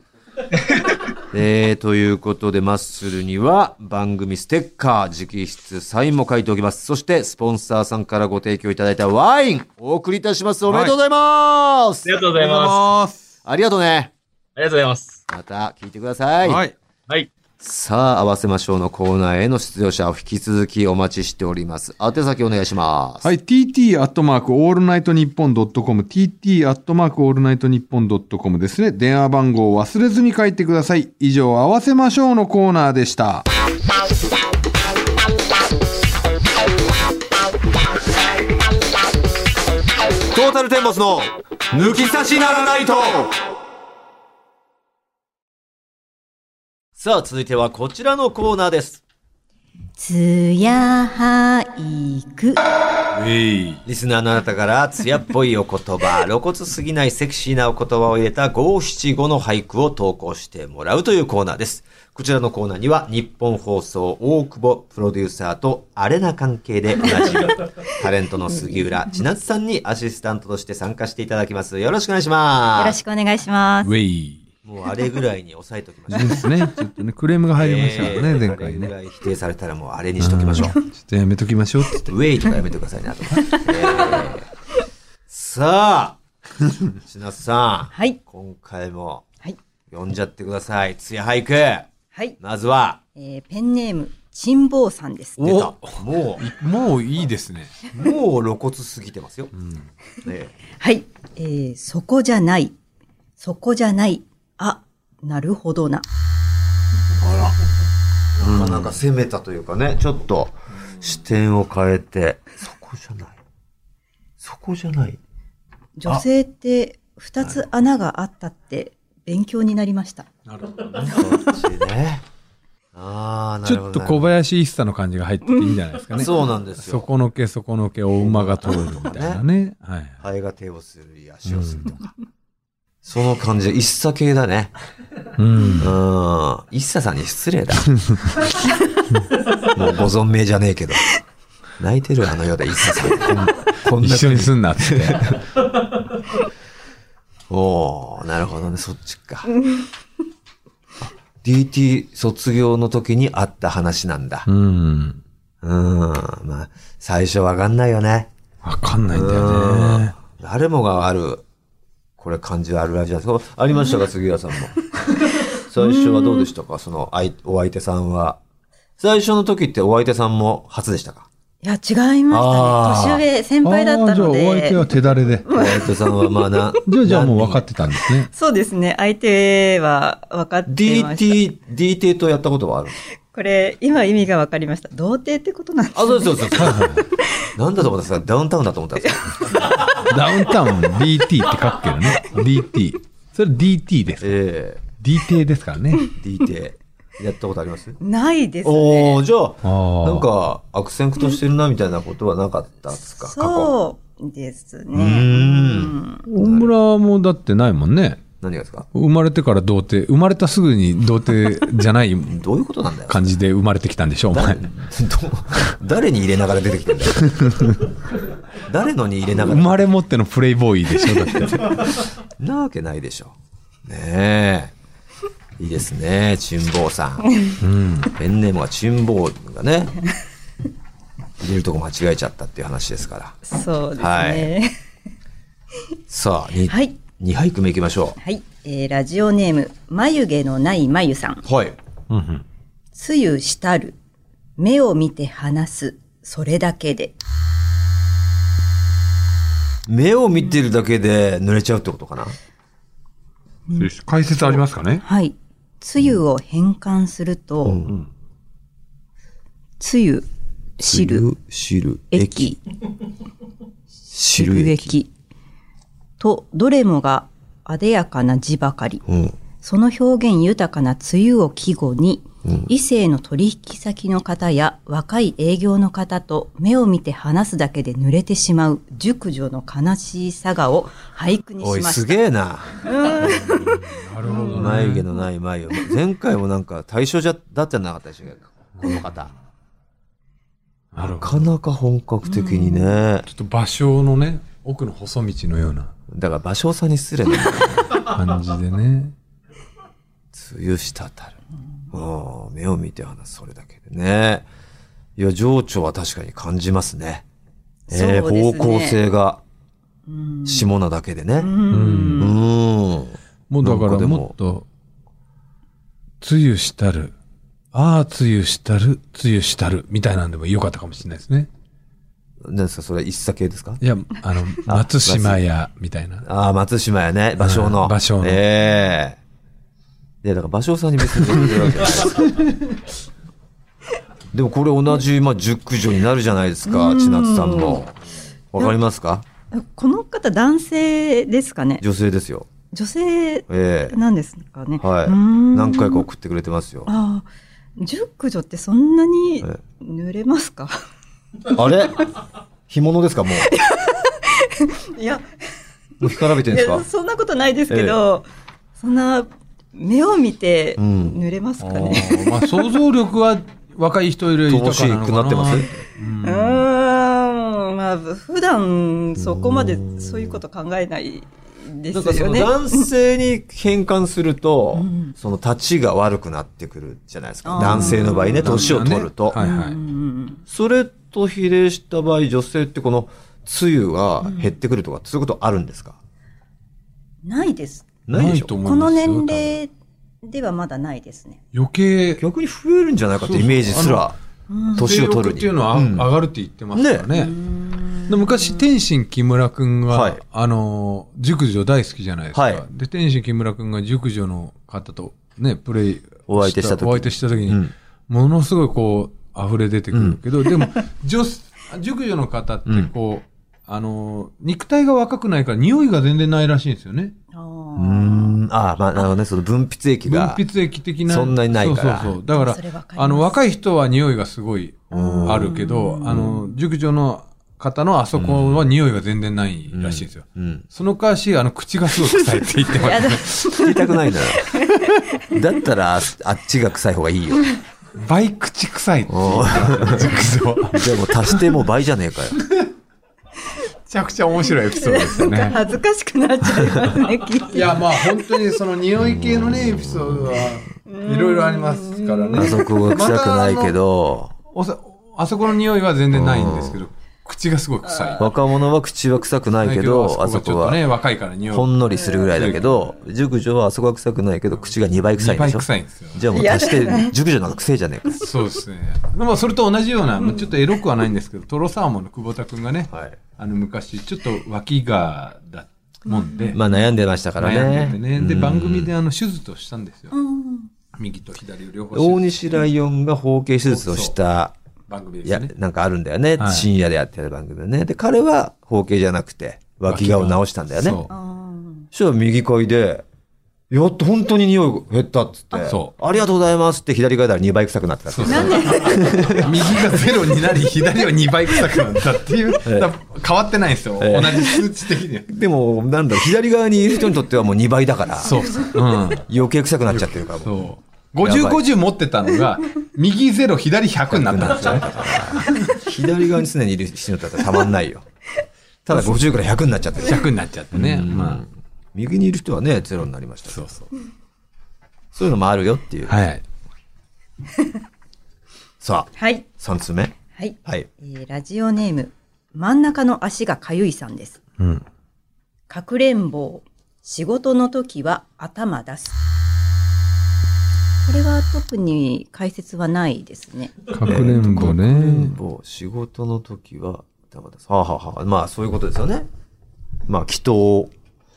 Speaker 1: えー、ということで、マッスルには番組ステッカー、直筆、サインも書いておきます。そして、スポンサーさんからご提供いただいたワイン、お送りいたします。おめでとうございま
Speaker 3: あ
Speaker 1: す、
Speaker 3: りがとうございます。
Speaker 2: ます。
Speaker 1: ありがとうね。
Speaker 3: ありがとうございます。
Speaker 1: また聞いてください。
Speaker 2: はい。
Speaker 3: はい。
Speaker 1: さあ、合わせましょうのコーナーへの出場者を引き続きお待ちしております。宛先お願いします。
Speaker 2: はい、tt アットマークオールナイトニッポンドットコム、tt アットマークオールナイトニッポンドットコムですね。電話番号を忘れずに書いてください。以上、合わせましょうのコーナーでした。
Speaker 1: トータルテンボスの抜き差しならないとさあ続いてはこちらのコーナーです
Speaker 4: つや俳句。
Speaker 1: リスナーのあなたから艶っぽいお言葉 露骨すぎないセクシーなお言葉を入れた五七五の俳句を投稿してもらうというコーナーですこちらのコーナーには日本放送大久保プロデューサーとアレな関係でおなじみタレントの杉浦千夏さんにアシスタントとして参加していただきますよろしくお願いします
Speaker 4: よろしくお願いします。
Speaker 2: ウェイ。
Speaker 1: もうあれぐらいに抑えときましょ
Speaker 2: で
Speaker 1: う。
Speaker 2: すね。ちょっとね、クレームが入りましたから
Speaker 1: え
Speaker 2: ね、
Speaker 1: ー
Speaker 2: 前回
Speaker 1: あれ
Speaker 2: ね。
Speaker 1: ぐらい否定されたらもうあれにしときましょう。
Speaker 2: んちょっとやめときましょうって。
Speaker 1: ウェイとかやめてくださいね、あと。えーさあ、しなさん。
Speaker 4: はい
Speaker 1: 今回も
Speaker 4: はい。
Speaker 1: 読んじゃってください。つや俳句。
Speaker 4: はい。
Speaker 1: まずは、
Speaker 4: えーペンネーム、ちんぼうさんです。
Speaker 1: 出た。も
Speaker 2: もういいですね。
Speaker 1: う、もう露骨すぎてますよ。ね
Speaker 4: はい。えーそこじゃない。そこじゃない。あ、なるほどな。
Speaker 1: えなかなか攻めたというかね、ちょっと視点を変えて、そこじゃない。そこじゃ ない。
Speaker 4: 女性って二つ穴があったって勉強になりました。
Speaker 1: そっちね。ああ、な
Speaker 2: ち
Speaker 1: るほ
Speaker 2: ょっ
Speaker 1: ど
Speaker 2: と
Speaker 1: ね。
Speaker 2: 小林一茶の感じが入ってていいんじゃないですかね。
Speaker 1: そうなんです
Speaker 2: そ
Speaker 1: よ。
Speaker 2: このけそこのけお馬が通るみたいなね。はい。
Speaker 1: ハエが手をするり足をするとか。その感じ、一茶系だね。
Speaker 2: うん。
Speaker 1: うん。一茶さんに失礼 だ。もうご存命じゃねえけど。泣いてるあの世で一茶さん。こんこんな
Speaker 2: 一緒にすんなっつって。
Speaker 1: おおなるほどね、そっちか。あ DT 卒業の時にあった話なんだ
Speaker 2: う。ん。
Speaker 1: うん。まあ、最初わかんないよね。
Speaker 2: わかんないんだよね。
Speaker 1: 誰もがある、これ感じあるらしいじゃないですか。ありましたか、杉浦さんも。最初はどうでしたか、そのあいお相手さんは。最初の時ってお相手さんも初でしたか
Speaker 4: いや、違いま
Speaker 1: あ
Speaker 4: し
Speaker 1: ー
Speaker 4: たね。年上、先輩だったの
Speaker 2: あーじゃあお相手は
Speaker 4: で。
Speaker 2: 手だれで。。
Speaker 1: お相手さんはまあな。
Speaker 2: じゃあ、じゃあもう分かっててたんですね。
Speaker 4: そうですね。相手は分かってました。
Speaker 1: DT、DT とやったことはある
Speaker 4: これ、今意味が分かりました。童貞ってことなんです
Speaker 1: あ、そうです、そうです。なんだと思ったんですかダウンタウンだと思ったんですか
Speaker 2: ダウンタウン DT って書くけどね。DT。それ DT です。
Speaker 1: え
Speaker 2: DT ですからね。
Speaker 1: え DT。やったことあります
Speaker 4: ないですね。
Speaker 1: おおじゃ
Speaker 2: あ
Speaker 1: あ、
Speaker 2: ー
Speaker 1: なんか、悪戦苦闘してるな、みたいなことはなかったですか過去。
Speaker 4: そうですね。
Speaker 1: うーん
Speaker 2: 大村もだってないもんね。
Speaker 1: 何がですか
Speaker 2: 生まれてから童貞、生まれたすぐに童貞じゃない
Speaker 1: どういうことなんだよ。
Speaker 2: 感じで生まれてきたんでしょ、お前
Speaker 1: 誰。ど誰に入れながら出てきてんだよ。誰のに入れなが
Speaker 2: 生
Speaker 1: ら。
Speaker 2: まれ持ってのプレイボーイでしょ、だって。
Speaker 1: なわけないでしょ。ねえ。いいですね、チンボウさん。
Speaker 2: うん。
Speaker 1: ペンネームはチンボウがね、入れるとこ間違えちゃったっていう話ですから。
Speaker 4: そうですね。
Speaker 1: さあ、に
Speaker 4: はい。
Speaker 1: 二俳句目いきましょ
Speaker 4: はい。えーラジオネーム、眉毛のない眉さん。
Speaker 1: う。はい。
Speaker 2: うんうん。
Speaker 4: つゆしたる。目を見て話す。それだけで。
Speaker 1: 目を見てるだけで濡れちゃうってことかな。
Speaker 2: 解説ありますかね
Speaker 4: はい。つゆを変換すると、つゆ、汁、、
Speaker 1: 汁、
Speaker 4: 液、
Speaker 1: 汁液。
Speaker 4: 汁液。と、どれもが、あでやかな字ばかり。
Speaker 1: うん。
Speaker 4: その表現豊かな梅雨を季語に、
Speaker 1: うん
Speaker 4: 異性の取引先の方や若い営業の方と目を見て話すだけで濡れてしまう熟女の悲しいさがを俳句に
Speaker 1: お
Speaker 4: し
Speaker 1: い、
Speaker 4: ま
Speaker 1: す
Speaker 4: した。
Speaker 1: げえな。
Speaker 2: なるほどね。
Speaker 1: 眉毛のない眉。前回もなんか対象じゃ、だってなかったでしたけど、この方。
Speaker 2: なる
Speaker 1: な
Speaker 2: ほど
Speaker 1: かなか本格的にね。
Speaker 2: ちょっと芭蕉のね、奥の細道のような
Speaker 1: だから、芭蕉さんに失礼だな。
Speaker 2: 感じでね。
Speaker 1: 梅雨滴る。ああ、目を見て話す、それだけでね。いや、情緒は確かに感じますね。
Speaker 4: そう
Speaker 1: えー
Speaker 4: ですね
Speaker 1: 方向性が、
Speaker 4: うん
Speaker 1: 下なだけでねう
Speaker 4: う。
Speaker 1: んん。
Speaker 2: もう
Speaker 1: な
Speaker 2: だか
Speaker 1: んかで
Speaker 2: ら
Speaker 1: も
Speaker 2: もっと、梅雨したる。ああ、梅雨したる、梅雨したる、みたいなんでもよかったかもしれないですね。
Speaker 1: 何ですか、それ、一茶系ですか
Speaker 2: いや、あの、
Speaker 1: あ
Speaker 2: 松島屋、みたいな。
Speaker 1: ああ、松島やね。芭蕉
Speaker 2: う
Speaker 1: の。
Speaker 2: ん芭蕉の
Speaker 1: ええいや、だから芭蕉さんに別に言ってるわけじゃない。でもこれ同じ、まあ、熟女になるじゃないですか、千夏さんも。わかりますか
Speaker 4: この方男性ですかね
Speaker 1: 女性ですよ。
Speaker 4: 女性
Speaker 1: ええ
Speaker 4: なんですかね。
Speaker 1: は
Speaker 4: う
Speaker 1: い。
Speaker 4: ーん
Speaker 1: 何回か送ってくれてますよ。
Speaker 4: ああ、熟女ってそんなに
Speaker 1: え
Speaker 4: 濡れますか
Speaker 1: あれ干物ですかもう。
Speaker 4: いや、
Speaker 1: もう干からびてるん
Speaker 4: い
Speaker 1: です
Speaker 4: や
Speaker 1: か
Speaker 4: そんなことないですけど、そんな目を見て
Speaker 1: うん
Speaker 4: 濡れます
Speaker 2: あ
Speaker 4: かね。
Speaker 2: ーまあ、想像力は若い人より豊かなのかな。
Speaker 1: 乏しくなってます
Speaker 4: うーん、まあ、普段そこまでそういうこと考えないで
Speaker 1: なん
Speaker 4: す
Speaker 1: かそ
Speaker 4: よ
Speaker 1: の
Speaker 4: ね。
Speaker 1: 男性に変換すると、
Speaker 4: うん
Speaker 1: その立ちが悪くなってくるじゃないですか。
Speaker 4: あー
Speaker 1: 男性の場合ね、年を取ると。
Speaker 2: はいは
Speaker 4: う
Speaker 2: い。
Speaker 4: ん
Speaker 1: それと比例した場合、女性ってこの、梅雨が減ってくるとか、そういうことあるんですか
Speaker 4: ないです。
Speaker 1: ないでしょ
Speaker 2: と思い
Speaker 4: こ
Speaker 2: ま
Speaker 4: の
Speaker 2: すよ
Speaker 4: 年。齢ではまだないですね。
Speaker 2: 余計、
Speaker 1: 逆に増えるんじゃないかってイメージすら、
Speaker 4: うん
Speaker 1: 年を取るに
Speaker 2: 性欲っていうのはあ
Speaker 1: うん
Speaker 2: 上がるって言ってますからね。で昔、天心木村くんが、
Speaker 1: はい
Speaker 2: あの、熟女大好きじゃないですか。
Speaker 1: はい
Speaker 2: で、天心木村くんが熟女の方とね、プレイ
Speaker 1: お相手した時
Speaker 2: お相手した時に、
Speaker 1: うん
Speaker 2: ものすごいこう、溢れ出てくるけど、でも、女子、熟女の方ってこう、あの、肉体が若くないから匂いが全然ないらしいんですよね。
Speaker 4: あ
Speaker 1: う
Speaker 4: ー
Speaker 1: ーん、ああ、まあ、なるほどね、その分泌液
Speaker 2: 分
Speaker 1: が。
Speaker 2: 泌液的な。
Speaker 1: そんなにないから
Speaker 2: そうそうそう。だから
Speaker 4: それわかります
Speaker 2: あの、若い人は匂いがすごい
Speaker 1: うん
Speaker 2: あるけど、あの、熟女の方のあそこは匂いが全然ないらしいですよ。
Speaker 1: うん。
Speaker 2: そのかわし、あの、口がすごく臭いって言ってま
Speaker 4: やだ
Speaker 2: す、
Speaker 1: 聞きたくない な。だったら、ああっちが臭い方がい いよ。
Speaker 2: ね。倍口臭いって言
Speaker 1: おー
Speaker 2: ってます熟女。め
Speaker 1: じゃあもう足してもう倍じゃねえかよ。
Speaker 2: ちゃくちゃ面白いエピソードですよ
Speaker 4: なん
Speaker 2: ね。
Speaker 4: か恥ずかしくなっちゃいますね、聞いて。
Speaker 2: いや、まあ本当にその匂い系のね、エピソードはいろいろありますからね。
Speaker 1: あそこは臭くないけど、
Speaker 2: おさあそこの匂いは全然ないんですけど、口がすごい臭い。
Speaker 1: 若者は口は臭くないけど、あ
Speaker 2: あ
Speaker 1: そ
Speaker 2: そこ
Speaker 1: こ
Speaker 2: がちょっと
Speaker 1: は
Speaker 2: ね、若いから匂い。
Speaker 1: ほんのりするぐらいだけど、熟女はあそこは臭くないけど、口が2倍臭いん
Speaker 2: 2
Speaker 1: で
Speaker 2: 倍
Speaker 1: しょ
Speaker 2: 臭いんですよ。
Speaker 1: じゃあもう足して、熟女の方が臭いじゃねえか。
Speaker 2: そうですね。まあ、それと同じような、まあちょっとエロくはないんですけど、トロサーモンの久保田くんがね、
Speaker 1: はい。
Speaker 2: あの、昔、ちょっと脇がだもんで、
Speaker 1: まあ悩んでましたからね。
Speaker 2: 悩んでてね。で、
Speaker 1: うん
Speaker 2: 番組であの、手術をしたんですよ。
Speaker 4: うん
Speaker 2: 右と左を両方
Speaker 1: 大
Speaker 2: 手術
Speaker 1: 西ライオンが包茎手術をした、
Speaker 2: 番組
Speaker 1: い
Speaker 2: です
Speaker 1: や
Speaker 2: よね、。
Speaker 1: なんかあるんだよね。
Speaker 2: はい
Speaker 1: 深夜でやってる番組でね。で、彼は包茎じゃなくて、脇がを直したんだよね。
Speaker 2: そ
Speaker 4: あー
Speaker 1: そしたら右嗅いで、やっと本当に匂いが減ったっつって、
Speaker 2: そう
Speaker 1: ありがとうございますって左嗅いだら2倍臭くなってたって
Speaker 2: う。そうそう右がゼロになり、左は2倍臭くなったっていう、
Speaker 1: ええ
Speaker 2: だから変わってないんですよ。
Speaker 1: ええ
Speaker 2: 同じ数値的には。
Speaker 1: でも、なんだろう、左側にいる人にとってはもう2倍だから、
Speaker 2: そうそう。うん。
Speaker 1: 余計臭くなっちゃってるから、もう
Speaker 2: そう。50、50持ってた のが、右ゼロ、左100になったんですよね。
Speaker 1: 左側に常にいる人にとってはたまんないよ。ただ50から100になっちゃってる。
Speaker 2: 100になっちゃってね。
Speaker 1: うん
Speaker 2: ま
Speaker 1: 右にいる人はね、ゼロになりました
Speaker 2: あ、
Speaker 1: けど。
Speaker 2: そうそう。
Speaker 1: そういうのもあるよっていう。
Speaker 2: はい。
Speaker 1: さあ、
Speaker 4: はい。
Speaker 1: 3つ目。
Speaker 4: はい、
Speaker 1: はい。
Speaker 4: えーラジオネーム、真ん中の足がかゆいさんです。
Speaker 2: うん。
Speaker 4: かくれんぼう、仕事の時は頭出す。これは特に解説はないですね。
Speaker 2: かくれんぼね。
Speaker 1: もう仕事の時は、だからはあ、はあはあ、まあそういうことですよね。まあ、祈祷、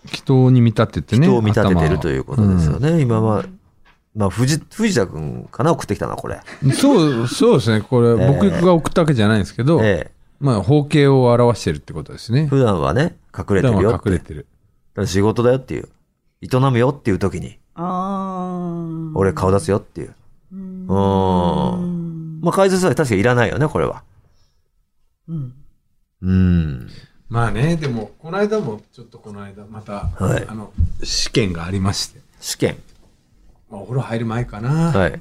Speaker 2: 祈祷に見立ててね。
Speaker 1: 祈祷を見立ててるということですよ
Speaker 2: ね。
Speaker 1: ね。今は、まあ、藤藤田くんかな送ってきたな、これ。
Speaker 2: うんそう、そうですね。これ、
Speaker 1: ええ
Speaker 2: 僕が送ったわけじゃないんですけど、
Speaker 1: ええ。
Speaker 2: まあ、方形を表してるってことですね。
Speaker 1: 普段はね、隠れて
Speaker 2: 普段
Speaker 1: る
Speaker 2: は
Speaker 1: よって
Speaker 2: 隠れてる。
Speaker 1: だから仕事だよっていう。営むよっていう時に、
Speaker 4: あー。
Speaker 1: 俺顔出すよっていう。
Speaker 4: うん、
Speaker 1: うん。まあ、解説は確かいらないよね、これは。
Speaker 4: うん。
Speaker 1: うん。
Speaker 2: まあね、でも、この間も、ちょっとこの間、また、
Speaker 1: はい
Speaker 2: あの、試験がありまして、
Speaker 1: 試験。
Speaker 2: まあ、お風呂入る前かな、
Speaker 1: はい。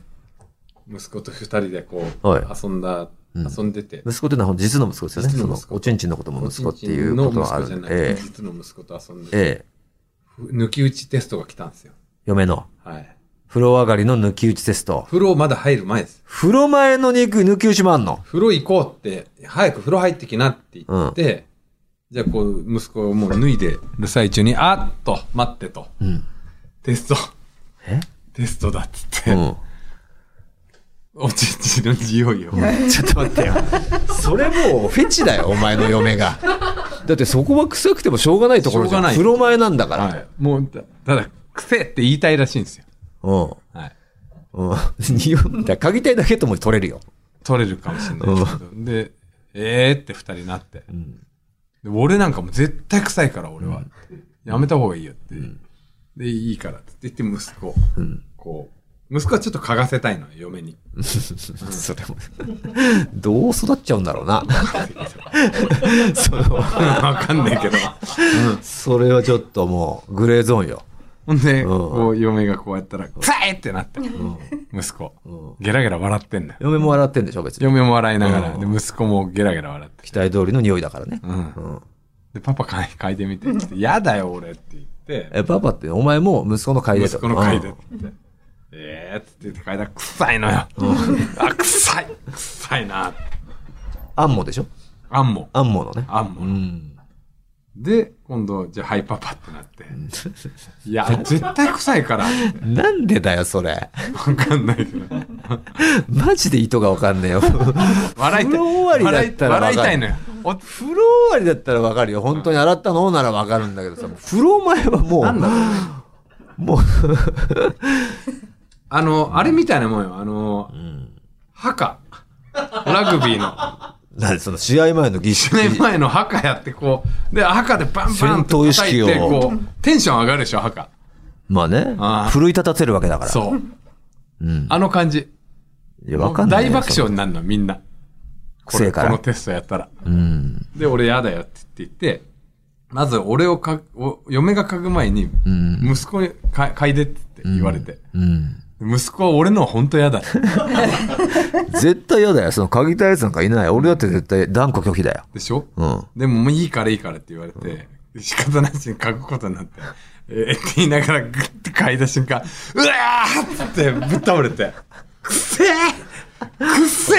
Speaker 2: 息子と二人でこう、
Speaker 1: はい
Speaker 2: 遊んだ、
Speaker 1: うん
Speaker 2: 遊んでて、
Speaker 1: 息子っていうのは実の息子ですよね。
Speaker 2: 実
Speaker 1: そ
Speaker 2: の
Speaker 1: の
Speaker 2: 息子、
Speaker 1: おちんちんのことも息子っていうことがある
Speaker 2: おちんちん
Speaker 1: んで
Speaker 2: の息子じゃな
Speaker 1: え
Speaker 2: い、実の息子と遊んで
Speaker 1: え、
Speaker 2: て、
Speaker 1: ええ、
Speaker 2: 抜き打ちテストが来たんですよ。
Speaker 1: 嫁の。
Speaker 2: はい。
Speaker 1: 風呂上がりの抜き打ちテスト。
Speaker 2: 風呂まだ入る前です。
Speaker 1: 風呂前の肉抜き打ちもあんの
Speaker 2: 風呂行こうって、早く風呂入ってきなって言って、じゃあこう、息子をもう脱いでる最中に、あっと、待ってと、
Speaker 1: うん。
Speaker 2: テスト、
Speaker 1: え
Speaker 2: テストだっつって、
Speaker 1: うん。
Speaker 2: おちんちんの匂いを。
Speaker 1: ちょっと待ってよ。 それもうフェチだよ、お前の嫁が。だってそこは臭くてもしょうがないところじゃん。
Speaker 2: しょうがない
Speaker 1: 風呂前なんだから。
Speaker 2: はい。もう、たただ、癖って言いたいらしいんですよ。
Speaker 1: うん。
Speaker 2: はい。
Speaker 1: うん。 匂い、だ嗅ぎたいだけとも取れるよ。
Speaker 2: 取れるかもしれないですけど。で、えーって二人なって。で俺なんかもう絶対臭いから、俺は。やめた方がいいよって。で、いいからって言って、息子。こう。息子はちょっと嗅がせたいのよ、嫁に。
Speaker 1: それも。 どう育っちゃうんだろう な。その
Speaker 2: わかんないけど。
Speaker 1: それはちょっともう、グレーゾーンよ。
Speaker 2: ほんで、
Speaker 1: うん
Speaker 2: こう、嫁がこうやったら、臭いってなって。息子。ゲラゲラ笑ってんだよ。
Speaker 1: 嫁も笑ってんでしょ、別に。
Speaker 2: 嫁も笑いながら、で、
Speaker 1: う
Speaker 2: 息子もゲラゲラ笑って。
Speaker 1: 期待通りの匂いだからね。
Speaker 2: うん
Speaker 1: う。ん。
Speaker 2: で、パパか書いてみて。 ってやだよ、俺って言って。
Speaker 1: え、パパって、お前も息子の嗅いで
Speaker 2: 息子の書いてって。ええー、っつって言って書いたら、臭いのよ。あ、臭い。臭いな。
Speaker 1: アンモでしょ
Speaker 2: あんも。
Speaker 1: アンモのね。
Speaker 2: あん
Speaker 1: う
Speaker 2: もの。
Speaker 1: ん。
Speaker 2: で、今度、じゃあ、はい、パパってなって。 いや、 絶対臭いから。
Speaker 1: なんでだよ、それ。
Speaker 2: わかんないけど。
Speaker 1: マジで意図がわかんねえよ。
Speaker 2: 笑い
Speaker 1: 風
Speaker 2: たい。
Speaker 1: 呂終わりだったらわかる
Speaker 2: 笑い笑いたいのよ。お
Speaker 1: 風呂終わりだったらわかるよ。本当に洗ったのならわかるんだけどさ、風呂前はもう、
Speaker 2: なんだろうね。
Speaker 1: もう、
Speaker 2: あの、あれみたいなもんよ。あの、墓。ラグビーの。
Speaker 1: なんでその試合前の儀式。
Speaker 2: 1年前の墓やってこう、で、墓でバンバン
Speaker 1: 戦闘
Speaker 2: と
Speaker 1: 意
Speaker 2: 叩
Speaker 1: 識
Speaker 2: い
Speaker 1: を
Speaker 2: て、こう、テンション上がるでしょ、墓。
Speaker 1: まあね
Speaker 2: ああ、
Speaker 1: 奮い立たせるわけだから。
Speaker 2: そう。
Speaker 1: ん
Speaker 2: あの感じ。
Speaker 1: いや、わかんないよ。
Speaker 2: 大爆笑になるの、みんな。こ
Speaker 1: 癖
Speaker 2: れ、
Speaker 1: か
Speaker 2: こ
Speaker 1: ら
Speaker 2: のテストやったら。
Speaker 1: その。うん。
Speaker 2: で、俺やだよって言って、まず俺をか、お嫁が書く前に、
Speaker 1: ん
Speaker 2: 息子にか書いでって言われて。
Speaker 1: うん。
Speaker 2: 息子は俺の本当やだ。
Speaker 1: 絶対嫌だよ。その、嗅ぎたいやつなんかいない。俺だって絶対断固拒否だよ。
Speaker 2: でしょ
Speaker 1: うん。
Speaker 2: でももういいからいいからって言われて、仕方なしに書くことになって、えー、って言いながらグッて書いた瞬間、うわーってぶっ倒れて、くせえくせ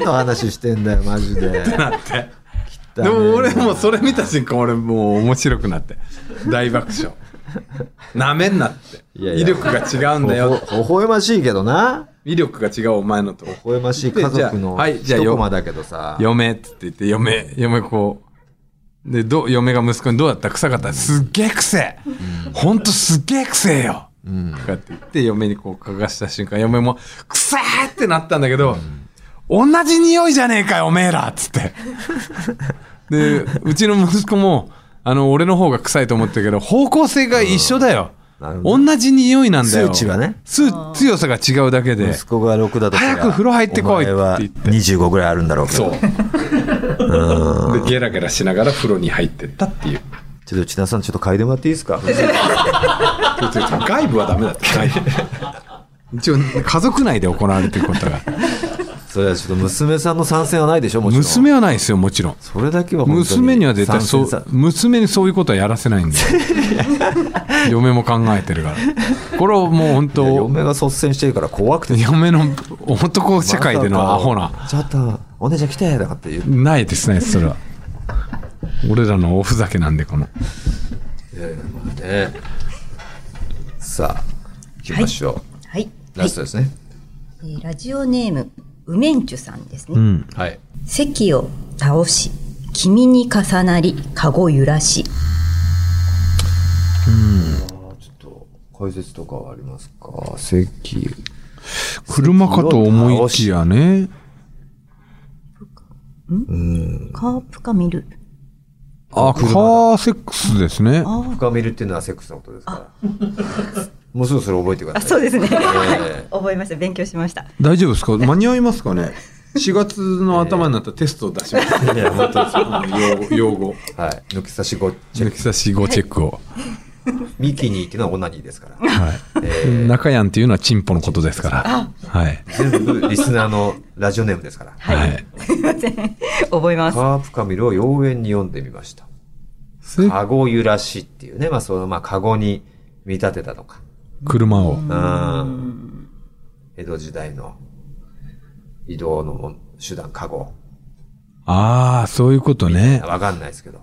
Speaker 2: え
Speaker 1: の話してんだよ、マジ で。
Speaker 2: なって。でも俺もうそれ見た瞬間俺もう面白くなって、大爆笑。なめんなって。
Speaker 1: いやいや
Speaker 2: 威力が違うんだよ。
Speaker 1: ほほ微笑ましいけどな。
Speaker 2: 威力が違うお前のと。
Speaker 1: 微笑ましい家族の
Speaker 2: はいじゃあ
Speaker 1: 一コマだけどさ。
Speaker 2: 嫁って言って、嫁、嫁こう。で、どう、嫁が息子にどうだった臭かったすっげえ臭え、ほんとすっげえ臭えよ、とかって言って、嫁にこう嗅がした瞬間、嫁も、臭えってなったんだけど、同じ匂いじゃねえかよ、おめえらっ つって。で、うちの息子も、あの、俺の方が臭いと思ってるけど、方向性が一緒だよ。
Speaker 1: なるほど
Speaker 2: 同じ匂いなんだよ。
Speaker 1: 数値がね
Speaker 2: 数。強さが違うだけで。
Speaker 1: 息子が6だとしたら
Speaker 2: 早く風呂入ってこいって
Speaker 1: お前は
Speaker 2: 言って
Speaker 1: 25ぐらいあるんだろうけど
Speaker 2: そう。で、ゲラゲラしながら風呂に入ってった っていう。
Speaker 1: ちょっと千田さんちょっと嗅いでもらっていい ですか
Speaker 2: 外部はダメだって、外部。一応、家族内で行われてることが。
Speaker 1: それはちょっと娘さんの参戦はないでしょもちろん
Speaker 2: 娘はないですよ、もちろん。
Speaker 1: それだけは本当に
Speaker 2: 娘には絶対そ
Speaker 1: 参
Speaker 2: う
Speaker 1: 戦、さ
Speaker 2: 娘にそういうことはやらせ ないんで。嫁も考えてるから。これはもう本
Speaker 1: いや
Speaker 2: 当、
Speaker 1: 嫁が率先してるから怖くて
Speaker 2: 嫁の男世界でのアホな。
Speaker 1: ちょっとお姉ちゃん来てとかって言う
Speaker 2: ないですね、それ は。俺らのおふざけなんで、この。
Speaker 1: ねさあ行きましょう、
Speaker 4: はい。
Speaker 1: ラストですね
Speaker 4: えーラジオネーム、ウメンチュさんですね。
Speaker 2: うん。
Speaker 1: はい
Speaker 4: 席を倒し、君に重なり、かご揺らし。
Speaker 1: ちょっと解説とかはありますか席
Speaker 2: 車かと思いきやね。
Speaker 4: カープか見る。
Speaker 2: あ、カーセックスですね。
Speaker 1: 深めるっていうのはセックスのことですか もうすぐそれ覚えてくだ
Speaker 4: あ、
Speaker 1: さい。
Speaker 4: そうですね。は
Speaker 1: え
Speaker 4: い覚えました。勉強しました。
Speaker 2: 大丈夫ですか間に合いますかね ?4 月の頭になったらテストを出します。
Speaker 1: いや本当です
Speaker 2: 用語、用語。
Speaker 1: はい。抜き差しごチェッ
Speaker 2: 抜
Speaker 1: ク。
Speaker 2: き差し語チェックを。
Speaker 1: ミキニーっていうのはオナニーですから。
Speaker 2: はい。
Speaker 1: えー
Speaker 2: 中やんっていうのはチンポのことですから。はい。
Speaker 1: 全部リスナーのラジオネームですから。
Speaker 2: はい。
Speaker 4: すいません。覚えます。
Speaker 1: カープカミルを妖艶に読んでみました。
Speaker 2: それ
Speaker 1: カゴ揺らしっていうね、まあその、まあカゴに見立てたとか。
Speaker 2: 車を。
Speaker 1: うん。江戸時代の移動の手段、カゴ。
Speaker 2: ああ、そういうことね。
Speaker 1: わかんないですけど。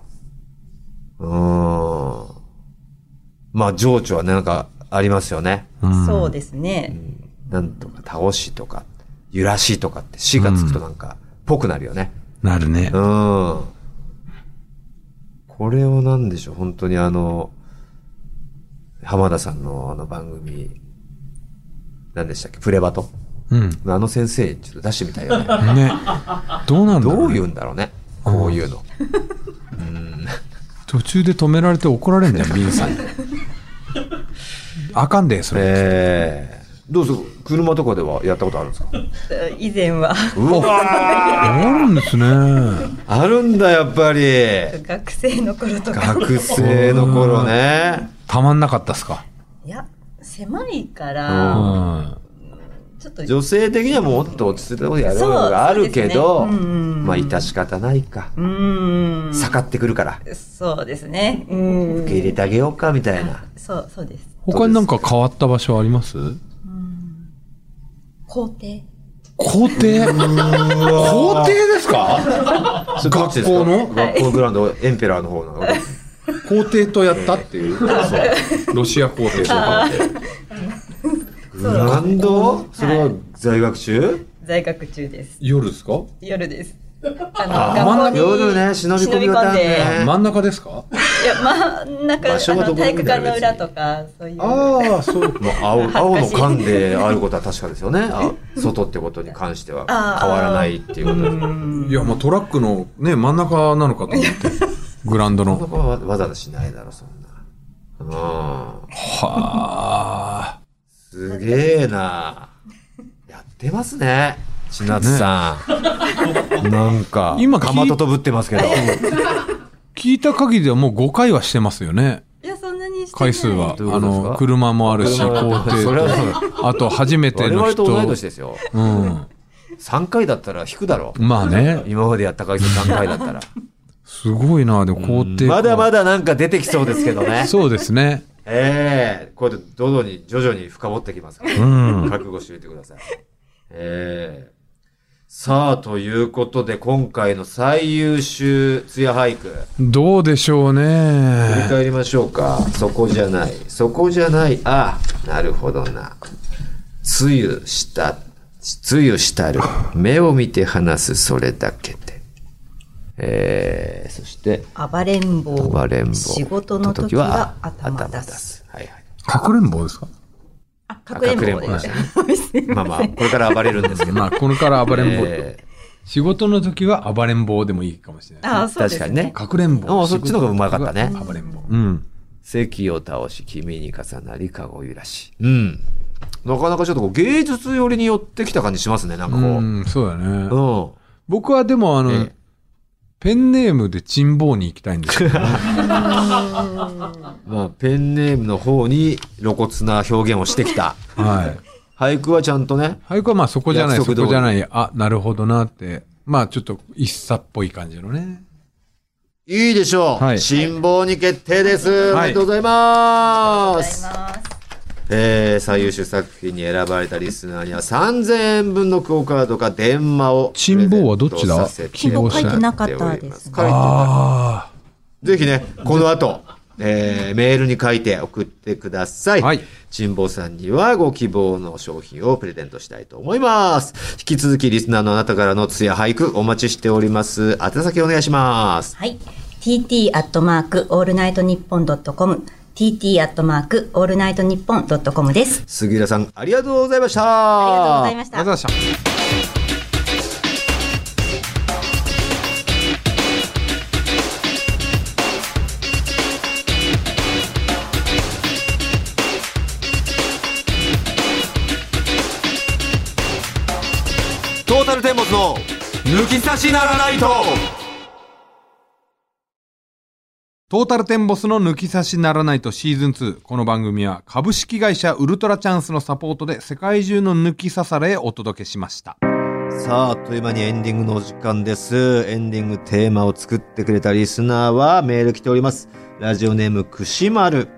Speaker 1: うーん。まあ情緒はね、なんかありますよね。
Speaker 2: うん
Speaker 4: そうですね。
Speaker 1: なんとか倒しとか、揺らしとかって、しがつくとなんか、ぽくなるよね。
Speaker 2: なるね
Speaker 1: う。ん。これをなんでしょう、本当にあの、浜田さんのあの番組、何でしたっけ、プレバト
Speaker 2: うん。
Speaker 1: あの先生にちょっと出してみたいよ ね。
Speaker 2: ね。どうなんだろ
Speaker 1: ど
Speaker 2: う
Speaker 1: う
Speaker 2: ね
Speaker 1: 言うんだろうね、こういうの。
Speaker 2: 途中で止められて怒られんじゃん、ビ ンさんに。あかんで、それ。
Speaker 1: ええどうぞ、車とかではやったことあるんですか
Speaker 4: 以前は
Speaker 1: うわ
Speaker 2: あるんですね。
Speaker 1: あるんだ、やっぱり。
Speaker 4: 学生の頃とか。
Speaker 1: 学生の頃ね。
Speaker 2: たまんなかったっすか。
Speaker 4: いや、狭いか
Speaker 2: う
Speaker 4: ら、
Speaker 2: ん。
Speaker 4: ちょっと。
Speaker 1: 女性的にはもうもっと落ち着いたことやることがあるけど、
Speaker 4: そうそうですねうんうんうん
Speaker 1: まあ致し方ないか、
Speaker 4: うーん。
Speaker 1: 下がってくるから
Speaker 4: そうですね。うん。
Speaker 1: 受け入れてあげようかみたいな、
Speaker 4: そう、そうです。
Speaker 2: 他になんか変わった場所あります
Speaker 4: 校庭。
Speaker 2: 校庭校庭ですか
Speaker 1: それどっちですか
Speaker 2: 学校の
Speaker 1: 学校グラウンドエンペラーの方なの、
Speaker 2: 校庭とやったっていう。ロシア校庭とか。
Speaker 1: グラウンドそれは在学中、
Speaker 4: 在学中です。
Speaker 2: 夜ですか
Speaker 4: 夜です。
Speaker 1: あ
Speaker 4: あの、学校に
Speaker 1: 夜ね忍び込み型
Speaker 4: 忍び込んで
Speaker 1: ね
Speaker 2: 真ん中ですか
Speaker 4: いや、真ん中、
Speaker 1: 場所は
Speaker 4: あ
Speaker 1: ど
Speaker 4: の
Speaker 1: こ
Speaker 4: 体
Speaker 1: でもいいん
Speaker 4: 育
Speaker 1: だよ
Speaker 4: 館の裏とか、そういう。
Speaker 2: あ あ、そう。
Speaker 1: まあ、青青の
Speaker 4: 恥ずかしい
Speaker 1: 缶であることは確かですよねあ外ってことに関しては
Speaker 4: あー
Speaker 1: 変わらないっていうことで
Speaker 2: いや、まあトラックのね、真ん中なのかと思 って。グラウンド
Speaker 1: そ
Speaker 2: の。
Speaker 1: こはわわざわざしないだろそんなうん
Speaker 2: はあ。
Speaker 1: すげえなやってますね千夏さん、なんか
Speaker 2: 今
Speaker 1: かまととぶってますけど
Speaker 2: 聞いた限りではもう5回はしてますよね。
Speaker 4: いや、そんなにしてない。
Speaker 2: 回数は。
Speaker 1: どういうこ
Speaker 2: あ
Speaker 1: とですか
Speaker 2: の、車もあるし、校
Speaker 1: 車も
Speaker 2: 庭
Speaker 1: それはそう
Speaker 2: と、あと初めて
Speaker 1: 我
Speaker 2: の
Speaker 1: 々と
Speaker 2: 人。
Speaker 1: 同い年ですよ
Speaker 2: うん。
Speaker 1: 3回だったら引くだろ
Speaker 2: まあね。
Speaker 1: 今までやった回数3回だったら
Speaker 2: すごいな、でも校庭。
Speaker 1: まだま
Speaker 2: だ。
Speaker 1: だなんか出てきそうですけど ね
Speaker 2: そうですね。
Speaker 1: ええこうやって徐々に徐々に深掘ってきますから、
Speaker 2: うん
Speaker 1: 覚悟しておいてくださいええさあということで今回の最優秀ツヤ俳句
Speaker 2: どうでしょう
Speaker 1: 振り
Speaker 2: ね。
Speaker 1: 返りましょうか。そこじゃない。そこじゃない。ああ、なるほどな。つゆした、つゆしたる。目を見て話す、それだけで。えー、そして、
Speaker 4: 暴れん坊。
Speaker 1: 暴れん坊。
Speaker 4: 仕事の時は頭
Speaker 1: 頭
Speaker 4: 出
Speaker 1: 出
Speaker 4: す。
Speaker 1: す。はいはい。
Speaker 2: かくれんぼですか
Speaker 4: あ、かくれん
Speaker 1: 隠れんぼ
Speaker 4: 坊で。
Speaker 1: ですすね
Speaker 4: すいません
Speaker 1: まあまあ、これから暴れるんですけど。
Speaker 2: まあ、これから暴れ ん坊って
Speaker 1: え
Speaker 2: 仕事の時は暴れん坊でもいいかもしれない。
Speaker 4: あ、
Speaker 1: ー
Speaker 4: そうで
Speaker 1: 確
Speaker 4: す
Speaker 1: かにね。
Speaker 2: かくれんぼ。
Speaker 1: あそっちの方がうまかったね
Speaker 2: 仕事の時は暴れん坊。うん。
Speaker 1: 席を倒し、君に重なり、かご揺らし。うん。なかなかちょっとこう芸術寄りに寄ってきた感じしますね、なんかこう。
Speaker 2: うん、そうだね。
Speaker 1: うん
Speaker 2: 僕はでも、あの、
Speaker 1: ええ
Speaker 2: ペンネームでチンボーに行きたいん ですけど、
Speaker 1: まあ、ペンネームの方に露骨な表現をしてき た。
Speaker 2: はい。
Speaker 1: 俳句はちゃんとね、
Speaker 2: 俳句はまあそこじゃない、
Speaker 1: 約
Speaker 2: そ
Speaker 1: 束通り
Speaker 2: こじゃない、あ、なるほどなって、まあちょっと一冊っぽい感じのね。
Speaker 1: いいでしょう。
Speaker 2: はい
Speaker 1: 辛抱に決定です。お
Speaker 2: は
Speaker 1: め
Speaker 2: い
Speaker 1: でとうございます。
Speaker 4: ます。
Speaker 1: えー、最優秀作品に選ばれたリスナーには3000円分のクオカードか電話を。
Speaker 2: 辛抱はどっちだ
Speaker 1: 希
Speaker 2: 希
Speaker 1: 望
Speaker 2: 望
Speaker 1: し
Speaker 2: し
Speaker 1: おります
Speaker 2: てて
Speaker 4: 書いてなかったですね
Speaker 1: 書いてない
Speaker 2: あ
Speaker 1: ぜひね、この後、えー、メールに書いて送ってください。
Speaker 2: はい
Speaker 1: 辛坊さんにはご希望の商品をプレゼントしたいと思います。引き続きリスナーのあなたからのツヤ俳句お待ちしております。宛先お願いします。
Speaker 4: はい。tt アットマークオールナイトニッポンドットコム tt アットマークオールナイトニッポンドットコムです。
Speaker 1: 杉浦さん、ありがとうございました。
Speaker 4: ありがとうござい
Speaker 1: した。
Speaker 2: あ、あ
Speaker 4: ました
Speaker 2: り。がとうございました。
Speaker 1: サルテンボスの抜き差しならないと
Speaker 5: トータルテンボスの抜き差しならないとシーズン2。この番組は株式会社ウルトラチャンスのサポートで世界中の抜き刺されへお届けしました。
Speaker 1: さあ、あっという間にエンディングのお時間です。エンディングテーマを作ってくれたリスナーはメール来ております。ラジオネームくしまる。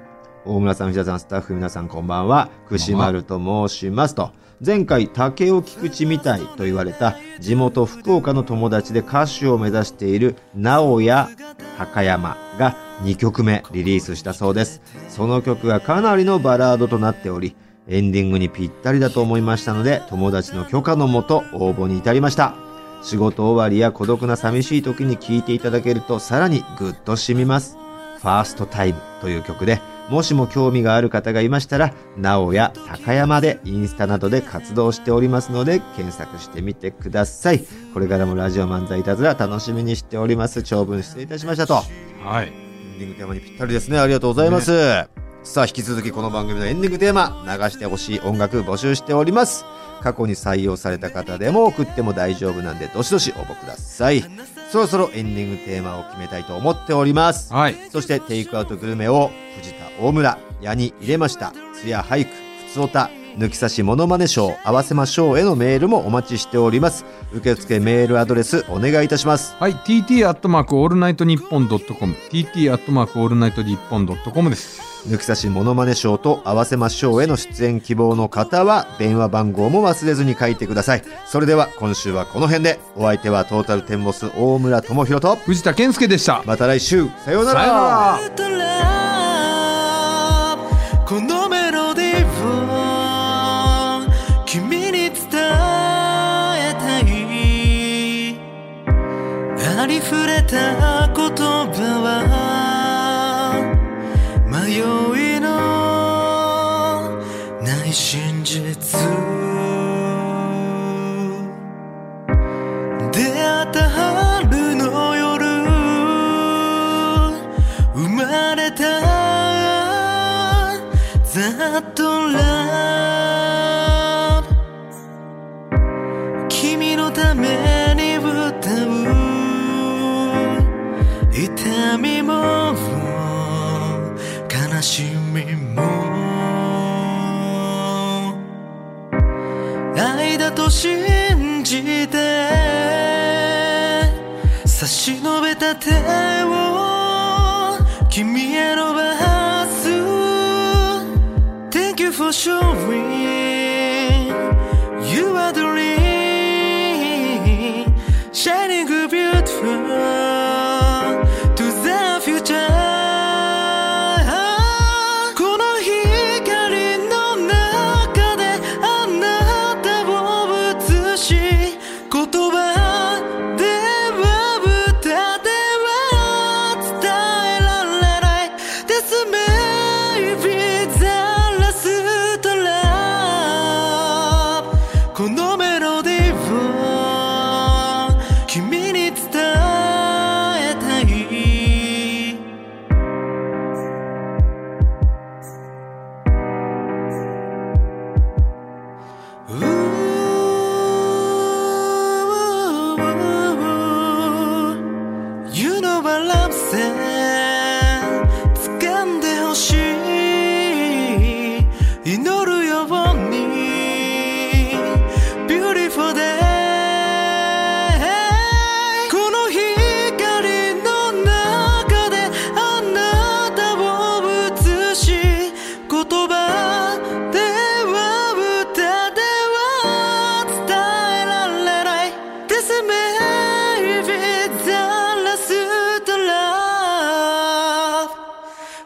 Speaker 1: 大村さん、藤田さん、スタッフ皆さんこんばんは。くしまると申しますと。前回、竹尾菊池みたいと言われた地元福岡の友達で歌手を目指している直哉高山が2曲目リリースしたそうです。その曲がかなりのバラードとなっており、エンディングにぴったりだと思いましたので、友達の許可のもと応募に至りました。仕事終わりや孤独な寂しい時に聴いていただけるとさらにグッと染みます。ファーストタイムという曲で、もしも興味がある方がいましたら、なおや高山でインスタなどで活動しておりますので、検索してみてください。これからもラジオ漫才いたずら楽しみにしております。長文失礼いたしましたと。
Speaker 5: はい。
Speaker 1: エンディングテーマにぴったりですね。ありがとうございます。さあ、引き続きこの番組のエンディングテーマ、流してほしい音楽募集しております。過去に採用された方でも送っても大丈夫なんで、どしどし応募ください。そろそろエンディングテーマを決めたいと思っております。
Speaker 5: はい。
Speaker 1: そしてテイクアウトグルメを藤田大村、矢に入れました、つや俳句、ふつおた、抜き差しモノマネショー、合わせましょうへのメールもお待ちしております。受付メールアドレスお願いいたします。
Speaker 5: はい。tt アットマークオールナイトニッポンドットコム。tt アットマークオールナイトニッポンドットコムです。
Speaker 1: 抜き差しモノマネショーと合わせましょうへの出演希望の方は電話番号も忘れずに書いてください。それでは今週はこの辺で、お相手はトータルテンボス大村智広と、
Speaker 5: 藤田健介でした。
Speaker 1: また来週、さような
Speaker 5: さようなら
Speaker 1: ら
Speaker 6: このメロディーを君に伝えたいありふれた言葉は迷いのない真実出会った春の夜生まれたザッとラブ君のために歌う痛みも悲しみも愛だと信じて差し伸べた手を君へ伸ばす Thank you for showing you are the rain shining beautiful to the future この光の中であなたを映し言葉では歌では伝えられない This may be the last love このメロディーを君に伝えたいYou know what I'm saying 掴んでほしい祈るように Beautiful day この光の中であなたを映し言葉では歌では伝えられない This may be the last love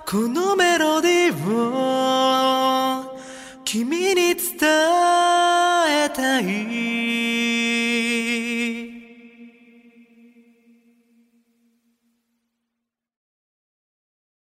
Speaker 6: このメロディーを君に伝えたい